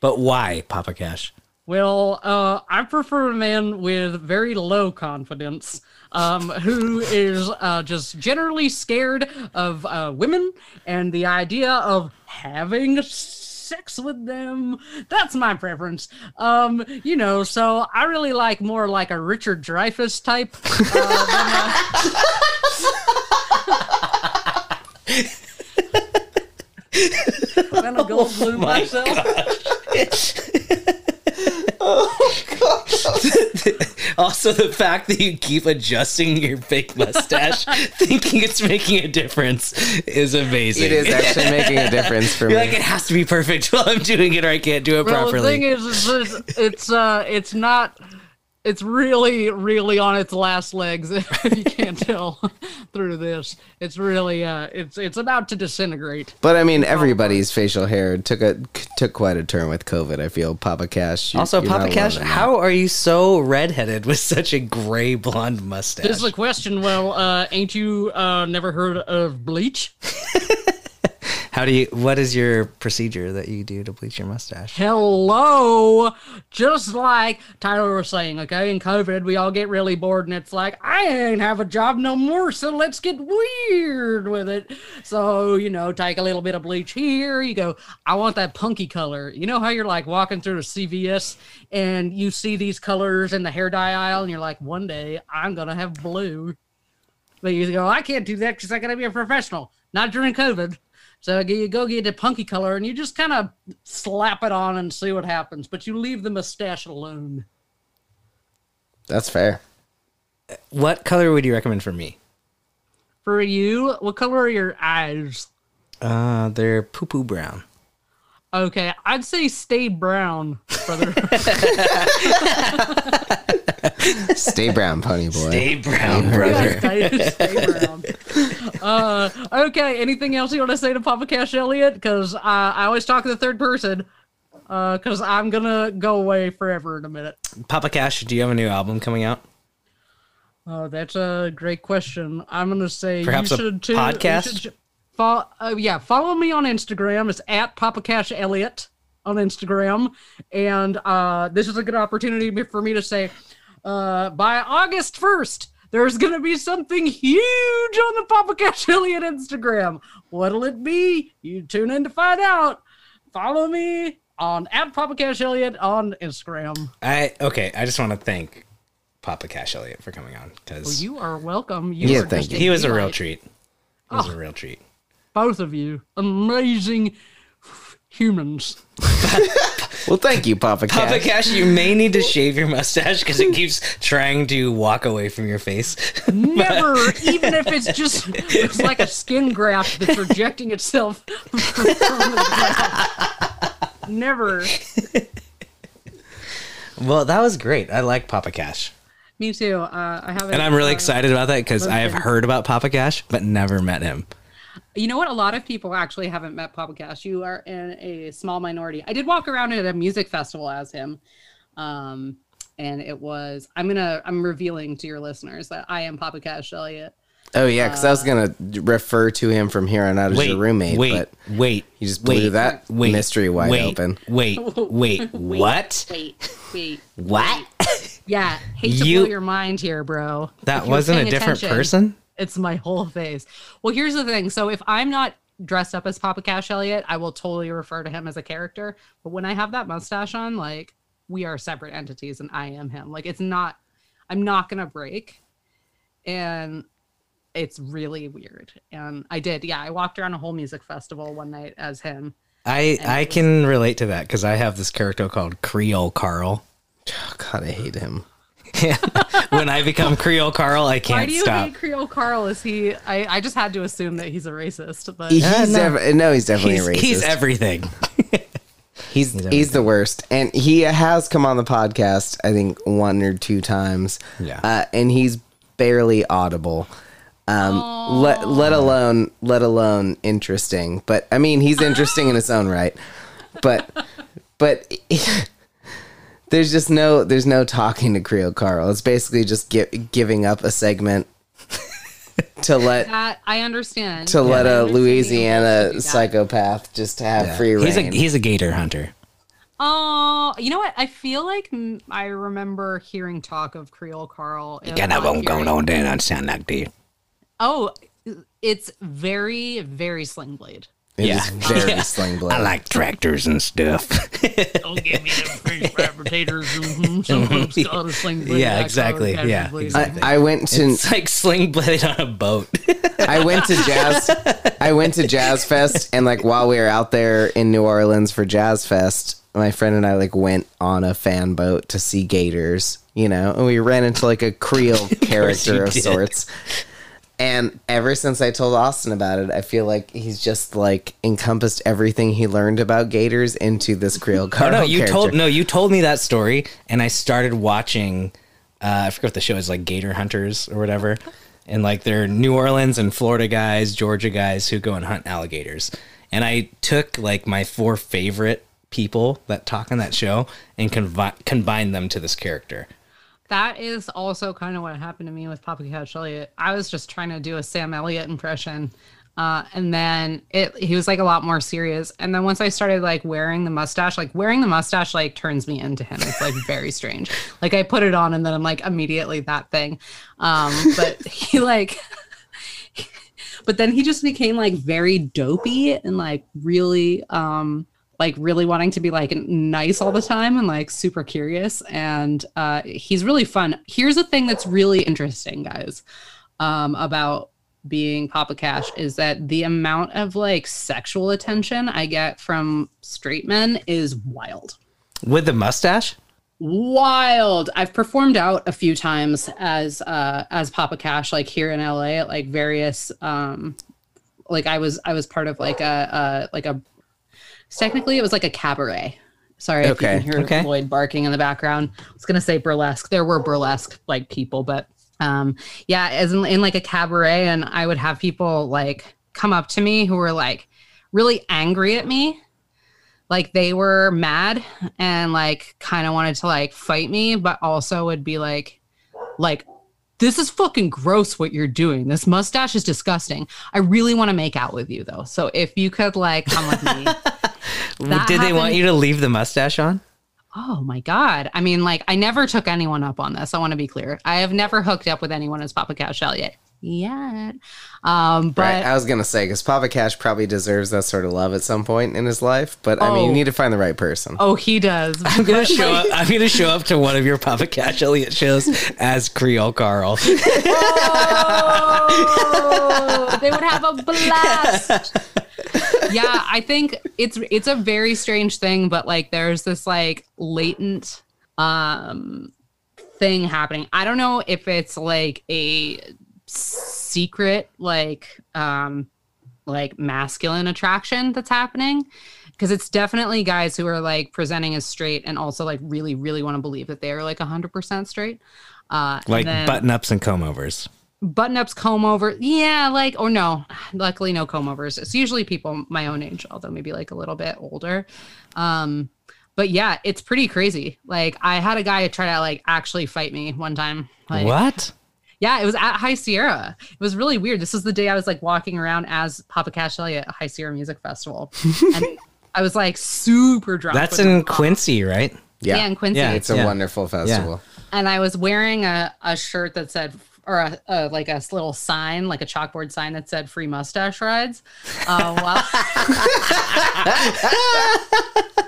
Speaker 2: But why Papa Cash?
Speaker 6: Well, uh, I prefer a man with very low confidence, um, who is uh, just generally scared of uh, women and the idea of having sex with them. That's my preference. Um, you know, so I really like more like a Richard Dreyfuss type. Uh, than a- than a gold bloom myself.
Speaker 4: Also, the fact that you keep adjusting your fake mustache, thinking it's making a difference, is amazing.
Speaker 1: It is actually making a difference for
Speaker 4: You're like, it
Speaker 1: me.
Speaker 4: has to be perfect while I'm doing it, or I can't do it
Speaker 6: Well,
Speaker 4: properly.
Speaker 6: the thing is, is it's, it's uh, it's not. It's really, really on its last legs. If you can't tell through this, it's really, uh, it's it's about to disintegrate.
Speaker 1: But I mean, everybody's facial hair took a took quite a turn with COVID. I feel Papa Cash. you-
Speaker 4: also,
Speaker 1: you're not
Speaker 4: Papa Cash,
Speaker 1: alone in that.
Speaker 4: how are you so redheaded with such a gray blonde mustache?
Speaker 6: This is a question. Well, uh, ain't you uh, never heard of bleach?
Speaker 4: How do you? What is your procedure that you do to bleach your mustache?
Speaker 6: Hello. Just like Tyler was saying, okay, in COVID, we all get really bored and it's like, I ain't have a job no more, so let's get weird with it. So, you know, take a little bit of bleach here. You go, I want that punky color. You know how you're like walking through a CVS and you see these colors in the hair dye aisle and you're like, one day I'm going to have blue. But you go, "Oh, I can't do that because I got to be a professional. Not during COVID. So you go get a punky color and you just kind of slap it on and see what happens. But you leave the mustache alone.
Speaker 1: That's fair.
Speaker 4: What color would you recommend for me?
Speaker 6: For you, what color are your eyes?
Speaker 4: Uh, they're poo poo brown.
Speaker 6: Okay, I'd say stay brown, brother.
Speaker 1: Stay brown, pony boy.
Speaker 4: brown,
Speaker 6: Yeah, stay, stay brown. Uh, okay, anything else you want to say to Papa Cash Elliot? Because uh, I always talk in the third person. Because I'm gonna go away forever in a minute.
Speaker 4: Papa Cash, do you have a new album coming out?
Speaker 6: Oh, that's a great question. I'm gonna say
Speaker 4: Perhaps a
Speaker 6: you should too, you
Speaker 4: podcast?
Speaker 6: should ju- fol- uh, yeah, follow me on Instagram. It's at Papa Cash Elliot on Instagram, and uh, this is a good opportunity me- for me to say, uh, by August first, there's gonna be something huge on the Papa Cash Elliot Instagram. What'll it be? You tune in to find out. Follow me on at Papa Cash Elliot on Instagram.
Speaker 4: I okay. I just want to thank Papa Cash Elliot for coming on
Speaker 6: Well,
Speaker 4: because
Speaker 6: you are welcome. You
Speaker 1: Yeah,
Speaker 6: are
Speaker 1: thank
Speaker 6: just
Speaker 1: you.
Speaker 4: he was a real
Speaker 6: delight.
Speaker 4: treat. He
Speaker 6: Oh.
Speaker 4: was a real treat.
Speaker 6: both of you amazing humans
Speaker 1: Well, thank you, Papa Cash.
Speaker 4: Papa Cash, you may need to shave your mustache because it keeps trying to walk away from your face.
Speaker 6: never even if it's just it's like a skin graft that's rejecting itself from the ground. never
Speaker 4: well, that was great. I like Papa Cash,
Speaker 6: me too uh, i haven't
Speaker 4: and I'm really
Speaker 6: uh,
Speaker 4: excited about that because I have
Speaker 6: Listen.
Speaker 4: heard about Papa Cash but never met him.
Speaker 6: you know what a lot of people actually haven't met papa cash you are in a small minority i did walk around at a music festival as him um and it was i'm gonna i'm revealing to your listeners that i am papa cash elliot
Speaker 1: Oh yeah, because I was gonna refer to him from here on out as your roommate,
Speaker 4: wait,
Speaker 1: but
Speaker 4: wait!
Speaker 1: you just blew
Speaker 4: wait,
Speaker 1: that
Speaker 4: wait,
Speaker 1: mystery wide
Speaker 4: wait,
Speaker 1: open.
Speaker 4: Wait, wait, what?
Speaker 6: wait wait
Speaker 4: What?
Speaker 6: Yeah, hate to
Speaker 4: You-
Speaker 6: blow your mind here, bro. If
Speaker 4: That
Speaker 6: you were
Speaker 4: wasn't a
Speaker 6: paying
Speaker 4: different
Speaker 6: attention,
Speaker 4: person.
Speaker 6: It's my whole face. Well, here's the thing. So if I'm not dressed up as Papa Cash Elliot, I will totally refer to him as a character. But when I have that mustache on, like we are separate entities, and I am him. Like it's not. I'm not gonna break, and it's really weird. And I did. Yeah, I walked around a whole music festival one night as him.
Speaker 4: I I
Speaker 6: it was-
Speaker 4: can relate to that because I have this character called Creole Carl.
Speaker 1: Oh, God, I hate him.
Speaker 4: when I become Creole Carl, I
Speaker 6: Why
Speaker 4: can't
Speaker 6: do you
Speaker 4: stop.
Speaker 6: hate Creole Carl? Is he? I, I just had to assume that he's a racist, but.
Speaker 1: He's
Speaker 4: Uh, no.
Speaker 1: def- no, he's definitely
Speaker 4: He's,
Speaker 1: a racist.
Speaker 4: he's everything.
Speaker 1: He's he's the worst, and he has come on the podcast I think one or two times.
Speaker 4: Yeah.
Speaker 1: uh, and he's barely audible. Um, let let alone let alone interesting. But I mean, he's interesting in his own right. But but there's just no there's no talking to Creole Carl. It's basically just gi- giving up a segment to let.
Speaker 6: That I understand.
Speaker 1: To
Speaker 6: Yeah,
Speaker 1: let
Speaker 6: I
Speaker 1: a
Speaker 6: understand being able to do
Speaker 1: Louisiana
Speaker 6: that.
Speaker 1: psychopath just have free reign.
Speaker 4: He's a he's a gator hunter.
Speaker 3: Oh, you know what? I feel like mm, I remember hearing talk of Creole Carl.
Speaker 6: Oh,
Speaker 3: and
Speaker 2: Got that
Speaker 3: not
Speaker 2: one going
Speaker 3: hearing-
Speaker 2: on there, and sound like the
Speaker 3: Oh, it's very, very Sling Blade.
Speaker 1: It
Speaker 2: Yeah.
Speaker 1: is very sling blade.
Speaker 2: I like tractors and stuff.
Speaker 6: Don't give me them French fried potatoes. Mhm, Some folks got a sling blade.
Speaker 2: Yeah,
Speaker 6: I call it
Speaker 2: exactly.
Speaker 6: cabbage
Speaker 2: Yeah,
Speaker 6: blade.
Speaker 2: exactly.
Speaker 1: I, I went to
Speaker 2: it's like sling blade on a boat.
Speaker 1: I went to jazz. I went to Jazz Fest, and like while we were out there in New Orleans for Jazz Fest, my friend and I like went on a fan boat to see gators. You know, and we ran into like a Creole character
Speaker 2: you
Speaker 1: of
Speaker 2: did.
Speaker 1: sorts. And ever since I told Austin about it, I feel like he's just like encompassed everything he learned about gators into this Creole
Speaker 2: Oh
Speaker 1: Carl
Speaker 2: no, you
Speaker 1: character.
Speaker 2: told no, you told me that story, and I started watching. Uh, I forget what the show is, like Gator Hunters or whatever, and like they're New Orleans and Florida guys, Georgia guys who go and hunt alligators. And I took like my four favorite people that talk on that show and convi- combined them to this character.
Speaker 3: That is also kind of what happened to me with Papa Couch Elliot. I was just trying to do a Sam Elliott impression. Uh, and then it he was like a lot more serious. And then once I started like wearing the mustache, like wearing the mustache like turns me into him. It's like very strange. Like I put it on and then I'm like immediately that thing. Um, but he like but then he just became like very dopey and like really um like really wanting to be like nice all the time and like super curious and uh he's really fun here's a thing that's really interesting guys um about being papa cash is that the amount of like sexual attention i get from straight men is wild
Speaker 2: With the mustache?
Speaker 3: wild i've performed out a few times as uh as papa cash like here in la at like various um like i was i was part of like a uh like a technically it was like a cabaret sorry if you
Speaker 1: Okay,
Speaker 3: can hear
Speaker 2: okay.
Speaker 3: lloyd barking in the background i was gonna say burlesque there were burlesque like people but um yeah as in, in like a cabaret and i would have people like come up to me who were like really angry at me like they were mad and like kind of wanted to like fight me but also would be like like this is fucking gross what you're doing this mustache is disgusting i really want to make out with you though so if you could like come with me That
Speaker 2: Did they want
Speaker 3: happened-
Speaker 2: you to leave the mustache on?
Speaker 3: oh my god i mean like i never took anyone up on this i want to be clear i have never hooked up with anyone as papa cash yet yet um but
Speaker 1: Right, I was gonna say because Papa Cash probably deserves that sort of love at some point in his life, but I mean,
Speaker 3: Oh.
Speaker 1: you need to find the right person.
Speaker 3: oh he does
Speaker 2: I'm gonna show up. I'm gonna show up to one of your Papa Cash Elliot shows as Creole Carl.
Speaker 3: Oh, they would have a blast. Yeah, I think it's it's a very strange thing, but like there's this like latent um thing happening. I don't know if it's like a secret like um like masculine attraction that's happening because it's definitely guys who are like presenting as straight and also like really really want to believe that they are like 100% straight uh and
Speaker 2: like
Speaker 3: then-
Speaker 2: button ups and comb overs.
Speaker 3: button ups, comb over. Yeah, like, or no, luckily no comb overs. It's usually people my own age, although maybe like a little bit older. Um, but yeah, it's pretty crazy. Like, I had a guy try to like actually fight me one time. Like,
Speaker 2: what?
Speaker 3: yeah, it was at High Sierra. It was really weird. This was the day I was like walking around as Papa Cash Elliot at High Sierra Music Festival. and I was like super drunk.
Speaker 2: That's
Speaker 3: with-
Speaker 2: in Quincy, right?
Speaker 1: Yeah,
Speaker 3: yeah, in Quincy.
Speaker 2: Yeah.
Speaker 1: it's a wonderful festival.
Speaker 3: and I was wearing a, a shirt that said or a, a like a little sign, like a chalkboard sign that said "free mustache rides." Uh, while,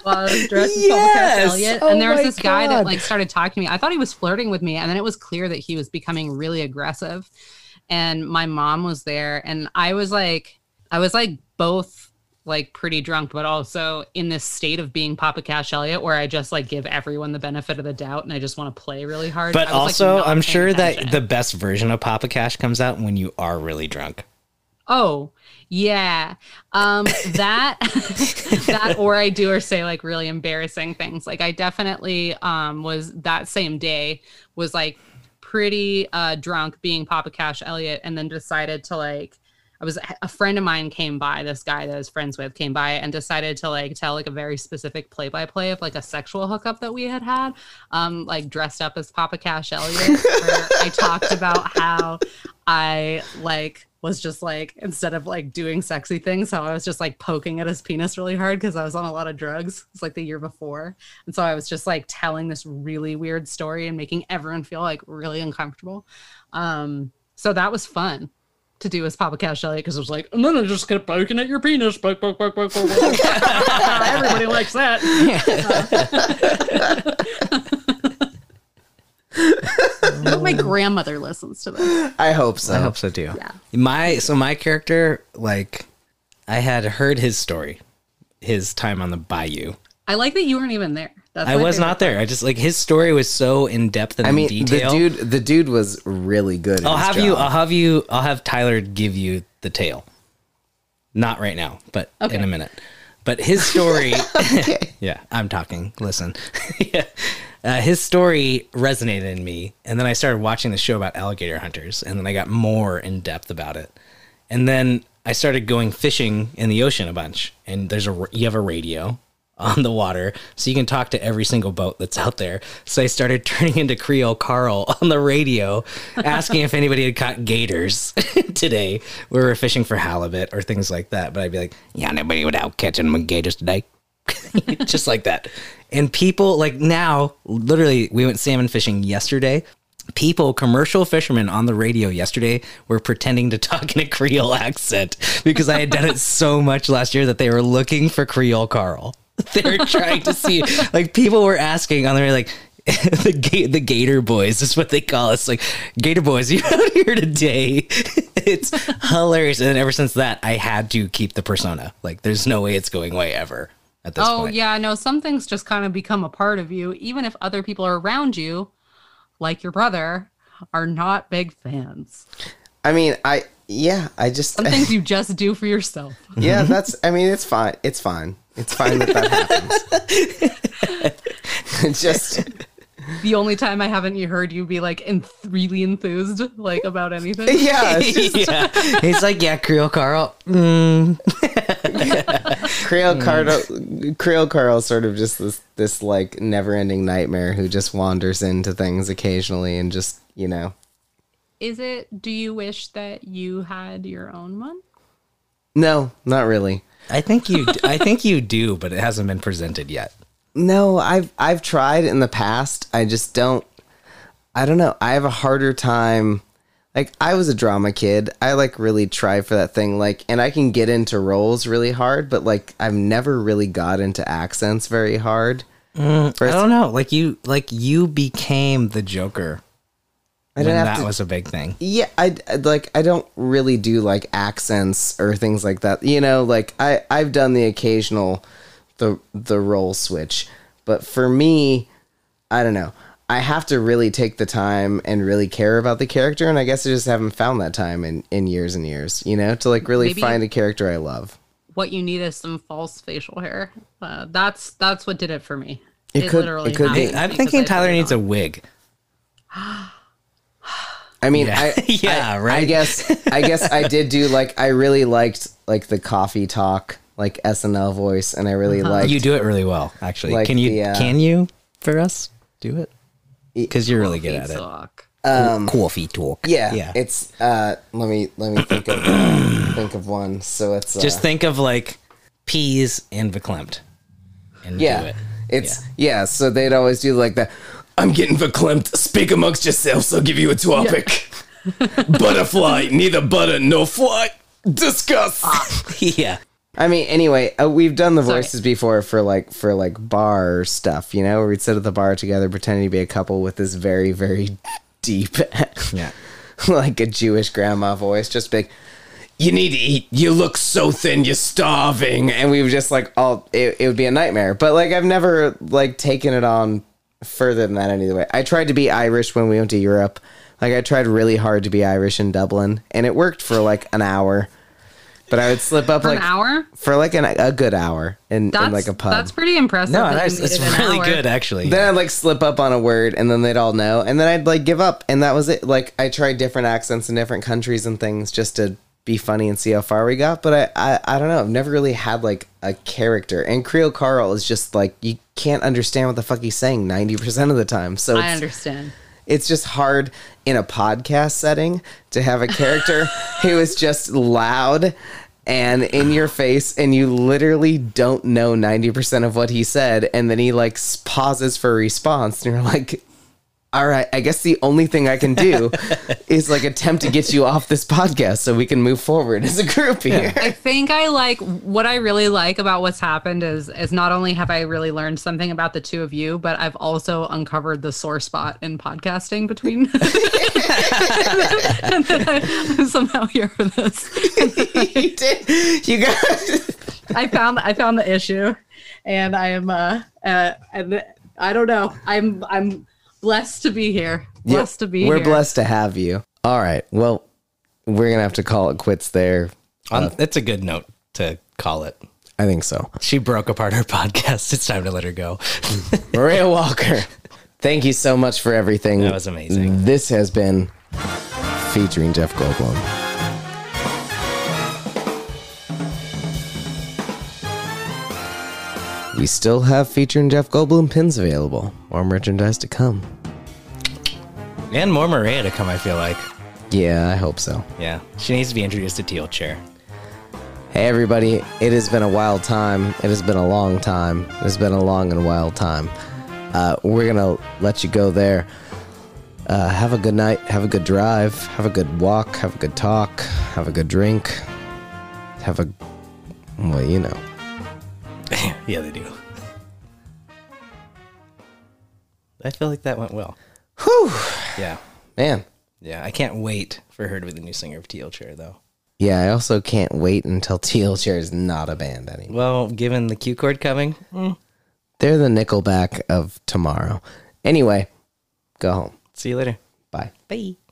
Speaker 3: while I was dressed as Papa Cash
Speaker 2: Yes!
Speaker 3: Elliot,
Speaker 2: Oh
Speaker 3: and there was
Speaker 2: my
Speaker 3: this guy that
Speaker 2: God.
Speaker 3: like started talking to me. I thought he was flirting with me, and then it was clear that he was becoming really aggressive. And my mom was there, and I was like, I was like both like pretty drunk, but also in this state of being Papa Cash Elliot, where I just like give everyone the benefit of the doubt, and I just want to play really hard.
Speaker 2: But
Speaker 3: I was, like,
Speaker 2: also,
Speaker 3: not
Speaker 2: I'm
Speaker 3: paying
Speaker 2: sure that
Speaker 3: attention.
Speaker 2: the best version of Papa Cash comes out when you are really drunk.
Speaker 3: oh yeah, um, that that or I do or say like really embarrassing things. Like I definitely um, was that same day was like pretty uh, drunk being Papa Cash Elliot, and then decided to like. I was a friend of mine came by, this guy that I was friends with came by and decided to like tell like a very specific play by play of like a sexual hookup that we had had, um, like dressed up as Papa Cash Elliot. where I talked about how I like was just like instead of like doing sexy things, how I was just like poking at his penis really hard because I was on a lot of drugs. It's like the year before, and so I was just like telling this really weird story and making everyone feel like really uncomfortable. Um, so that was fun to do as Papa Cash Elliot because it was like, no, no, just keep poking at your penis, poke, poke, poke, poke, poke. poke." Everybody likes that. I hope my grandmother listens to this.
Speaker 1: I hope so.
Speaker 2: I hope so too. My so my character, like I had heard his story, his time on the bayou.
Speaker 3: I like that you weren't even there. That's
Speaker 2: I
Speaker 3: my
Speaker 2: was
Speaker 3: favorite.
Speaker 2: not there. I just like his story was so in depth and
Speaker 1: I mean,
Speaker 2: in detail.
Speaker 1: the dude, the dude was really good.
Speaker 2: I'll have you. I'll have you. I'll have Tyler give you the tale. Not right now, but in a minute. But his story. yeah, I'm talking. Listen. yeah. Uh, his story resonated in me, and then I started watching the show about alligator hunters, and then I got more in depth about it, and then I started going fishing in the ocean a bunch. And there's a r- you have a radio on the water, so you can talk to every single boat that's out there. So I started turning into Creole Carl on the radio, asking if anybody had caught gators today. We were fishing for halibut or things like that, but I'd be like, "Yeah, nobody would out catching my gators today." just like that. And people like now, literally, we went salmon fishing yesterday. People, commercial fishermen on the radio yesterday were pretending to talk in a Creole accent because I had done it so much last year that they were looking for Creole Carl. They were trying to see, like, people were asking on the radio, like, the ga- the Gator Boys is what they call us. Like Gator Boys, you out here today? it's hilarious. And ever since that, I had to keep the persona. Like, there's no way it's going away ever. At this
Speaker 3: Oh
Speaker 2: point,
Speaker 3: yeah, no, some things just kind of become a part of you, even if other people are around you, like your brother, are not big fans.
Speaker 1: I mean, I yeah, I just
Speaker 3: Some things you just do for yourself.
Speaker 1: yeah. That's. I mean, it's fine. It's fine. It's fine that that happens. It's just
Speaker 3: The only time I haven't you heard you be like enth- really enthused like about anything.
Speaker 1: yeah, it's just,
Speaker 2: yeah. He's like, yeah, Creole Carl. Mm.
Speaker 1: Creole Carl. Creole Carl sort of just this this like never ending nightmare who just wanders into things occasionally and just you know
Speaker 3: Is it? Do you wish that you had your own one?
Speaker 1: no, not really.
Speaker 2: I think you. I think you do, but it hasn't been presented yet.
Speaker 1: No, I've I've tried in the past. I just don't I don't know. I have a harder time like I was a drama kid. I like really try for that thing like and I can get into roles really hard, but like I've never really got into accents very hard.
Speaker 2: I don't know. Like you, like you became the Joker.
Speaker 1: I
Speaker 2: when
Speaker 1: didn't have
Speaker 2: that
Speaker 1: to
Speaker 2: was a big thing.
Speaker 1: yeah I, I- like i don't really do like accents or things like that you know like i i've done the occasional the the role switch but for me i don't know i have to really take the time and really care about the character and i guess i just haven't found that time in in years and years you know to like really
Speaker 3: Maybe-
Speaker 1: find a character i love
Speaker 3: What you need is some false facial hair. Uh, that's that's what did it for me.
Speaker 1: It could- it could be.
Speaker 3: happened
Speaker 2: I'm
Speaker 3: because
Speaker 2: thinking
Speaker 3: I
Speaker 2: Tyler
Speaker 3: put it
Speaker 2: needs
Speaker 3: on.
Speaker 2: a wig.
Speaker 1: i mean
Speaker 2: Yeah,
Speaker 1: i
Speaker 2: yeah,
Speaker 1: I
Speaker 2: right.
Speaker 1: guess I guess I did do like I really liked like the coffee talk like SNL voice and I really liked
Speaker 2: you do it really well, actually.
Speaker 1: Like
Speaker 2: can you?
Speaker 1: the, uh,
Speaker 2: can you for us do it? Because you're really good at it.
Speaker 3: Suck.
Speaker 2: Coffee talk.
Speaker 1: Yeah,
Speaker 2: yeah.
Speaker 1: It's uh, let me let me think of uh, think of one. So it's uh,
Speaker 2: Just think of like peas and verklempt, and
Speaker 1: yeah,
Speaker 2: do it.
Speaker 1: it's yeah. So they'd always do like that. I'm getting verklempt. Speak amongst yourselves. I'll give you a topic. Butterfly, neither butter nor fly. Discuss.
Speaker 2: Ah. yeah.
Speaker 1: I mean, anyway, uh, we've done the
Speaker 3: Sorry.
Speaker 1: voices before for like for like bar stuff, you know, where we'd sit at the bar together, pretending to be a couple with this very very deep
Speaker 2: Yeah.
Speaker 1: like a Jewish grandma voice, just big. You need to eat. You look so thin. You're starving. And we would just like all. It, it would be a nightmare. But like I've never like taken it on further than that any way. I tried to be Irish when we went to Europe. Like I tried really hard to be Irish in Dublin, and it worked for like an hour. But I would slip up
Speaker 3: For
Speaker 1: like
Speaker 3: an hour.
Speaker 1: for like an, a good hour in,
Speaker 3: That's
Speaker 1: in like a pub.
Speaker 3: That's pretty impressive.
Speaker 2: No,
Speaker 3: that you
Speaker 2: that's,
Speaker 3: made
Speaker 2: that's
Speaker 3: it an
Speaker 2: really
Speaker 3: hour.
Speaker 2: good, actually.
Speaker 1: Then I'd like slip up on a word and then they'd all know. And then I'd like give up. And that was it. Like I tried different accents in different countries and things just to be funny and see how far we got. But I, I, I don't know. I've never really had like a character. And Creole Carl is just like, you can't understand what the fuck he's saying 90% of the time. So
Speaker 3: I
Speaker 1: it's,
Speaker 3: understand.
Speaker 1: It's just hard in a podcast setting to have a character who is just loud and in your face and you literally don't know 90% of what he said and then he like s- pauses for a response and you're like all right, I guess the only thing I can do is like attempt to get you off this podcast so we can move forward as a group here.
Speaker 3: I think I like what I really like about what's happened is is not only have I really learned something about the two of you, but I've also uncovered the sore spot in podcasting between. and then I'm somehow here for this.
Speaker 1: you did. You guys.
Speaker 3: I found I found the issue, and I am uh, uh and I don't know. I'm I'm blessed to be here. Blessed to be
Speaker 1: We're
Speaker 3: here.
Speaker 1: blessed to have you. All right. Well, we're gonna have to call it quits there.
Speaker 2: Um, that's a good note to call it.
Speaker 1: I think so.
Speaker 2: She broke apart her podcast. It's time to let her go.
Speaker 1: Maria Walker, thank you so much for everything.
Speaker 2: That was amazing.
Speaker 1: This has been featuring Jeff Goldblum. We still have featuring Jeff Goldblum pins available. More merchandise to come.
Speaker 2: and more Maria to come, I feel like.
Speaker 1: Yeah, I hope so.
Speaker 2: Yeah. She needs to be introduced to Teal Chair.
Speaker 1: Hey, everybody, it has been a wild time. It has been a long time. It has been a long and wild time. Uh, we're going to let you go there. Uh, have a good night. Have a good drive. Have a good walk. Have a good talk. Have a good drink. Have a. Well, you know.
Speaker 2: yeah, they do. I feel like that went well. Whew. Yeah.
Speaker 1: Man.
Speaker 2: Yeah. I can't wait for her to be the new singer of Teal Chair, though.
Speaker 1: Yeah, I also can't wait until Teal Chair is not a band anymore.
Speaker 2: Well, given the Q chord coming,
Speaker 1: They're the Nickelback of tomorrow. Anyway, go home.
Speaker 2: see you later.
Speaker 1: Bye.
Speaker 2: Bye.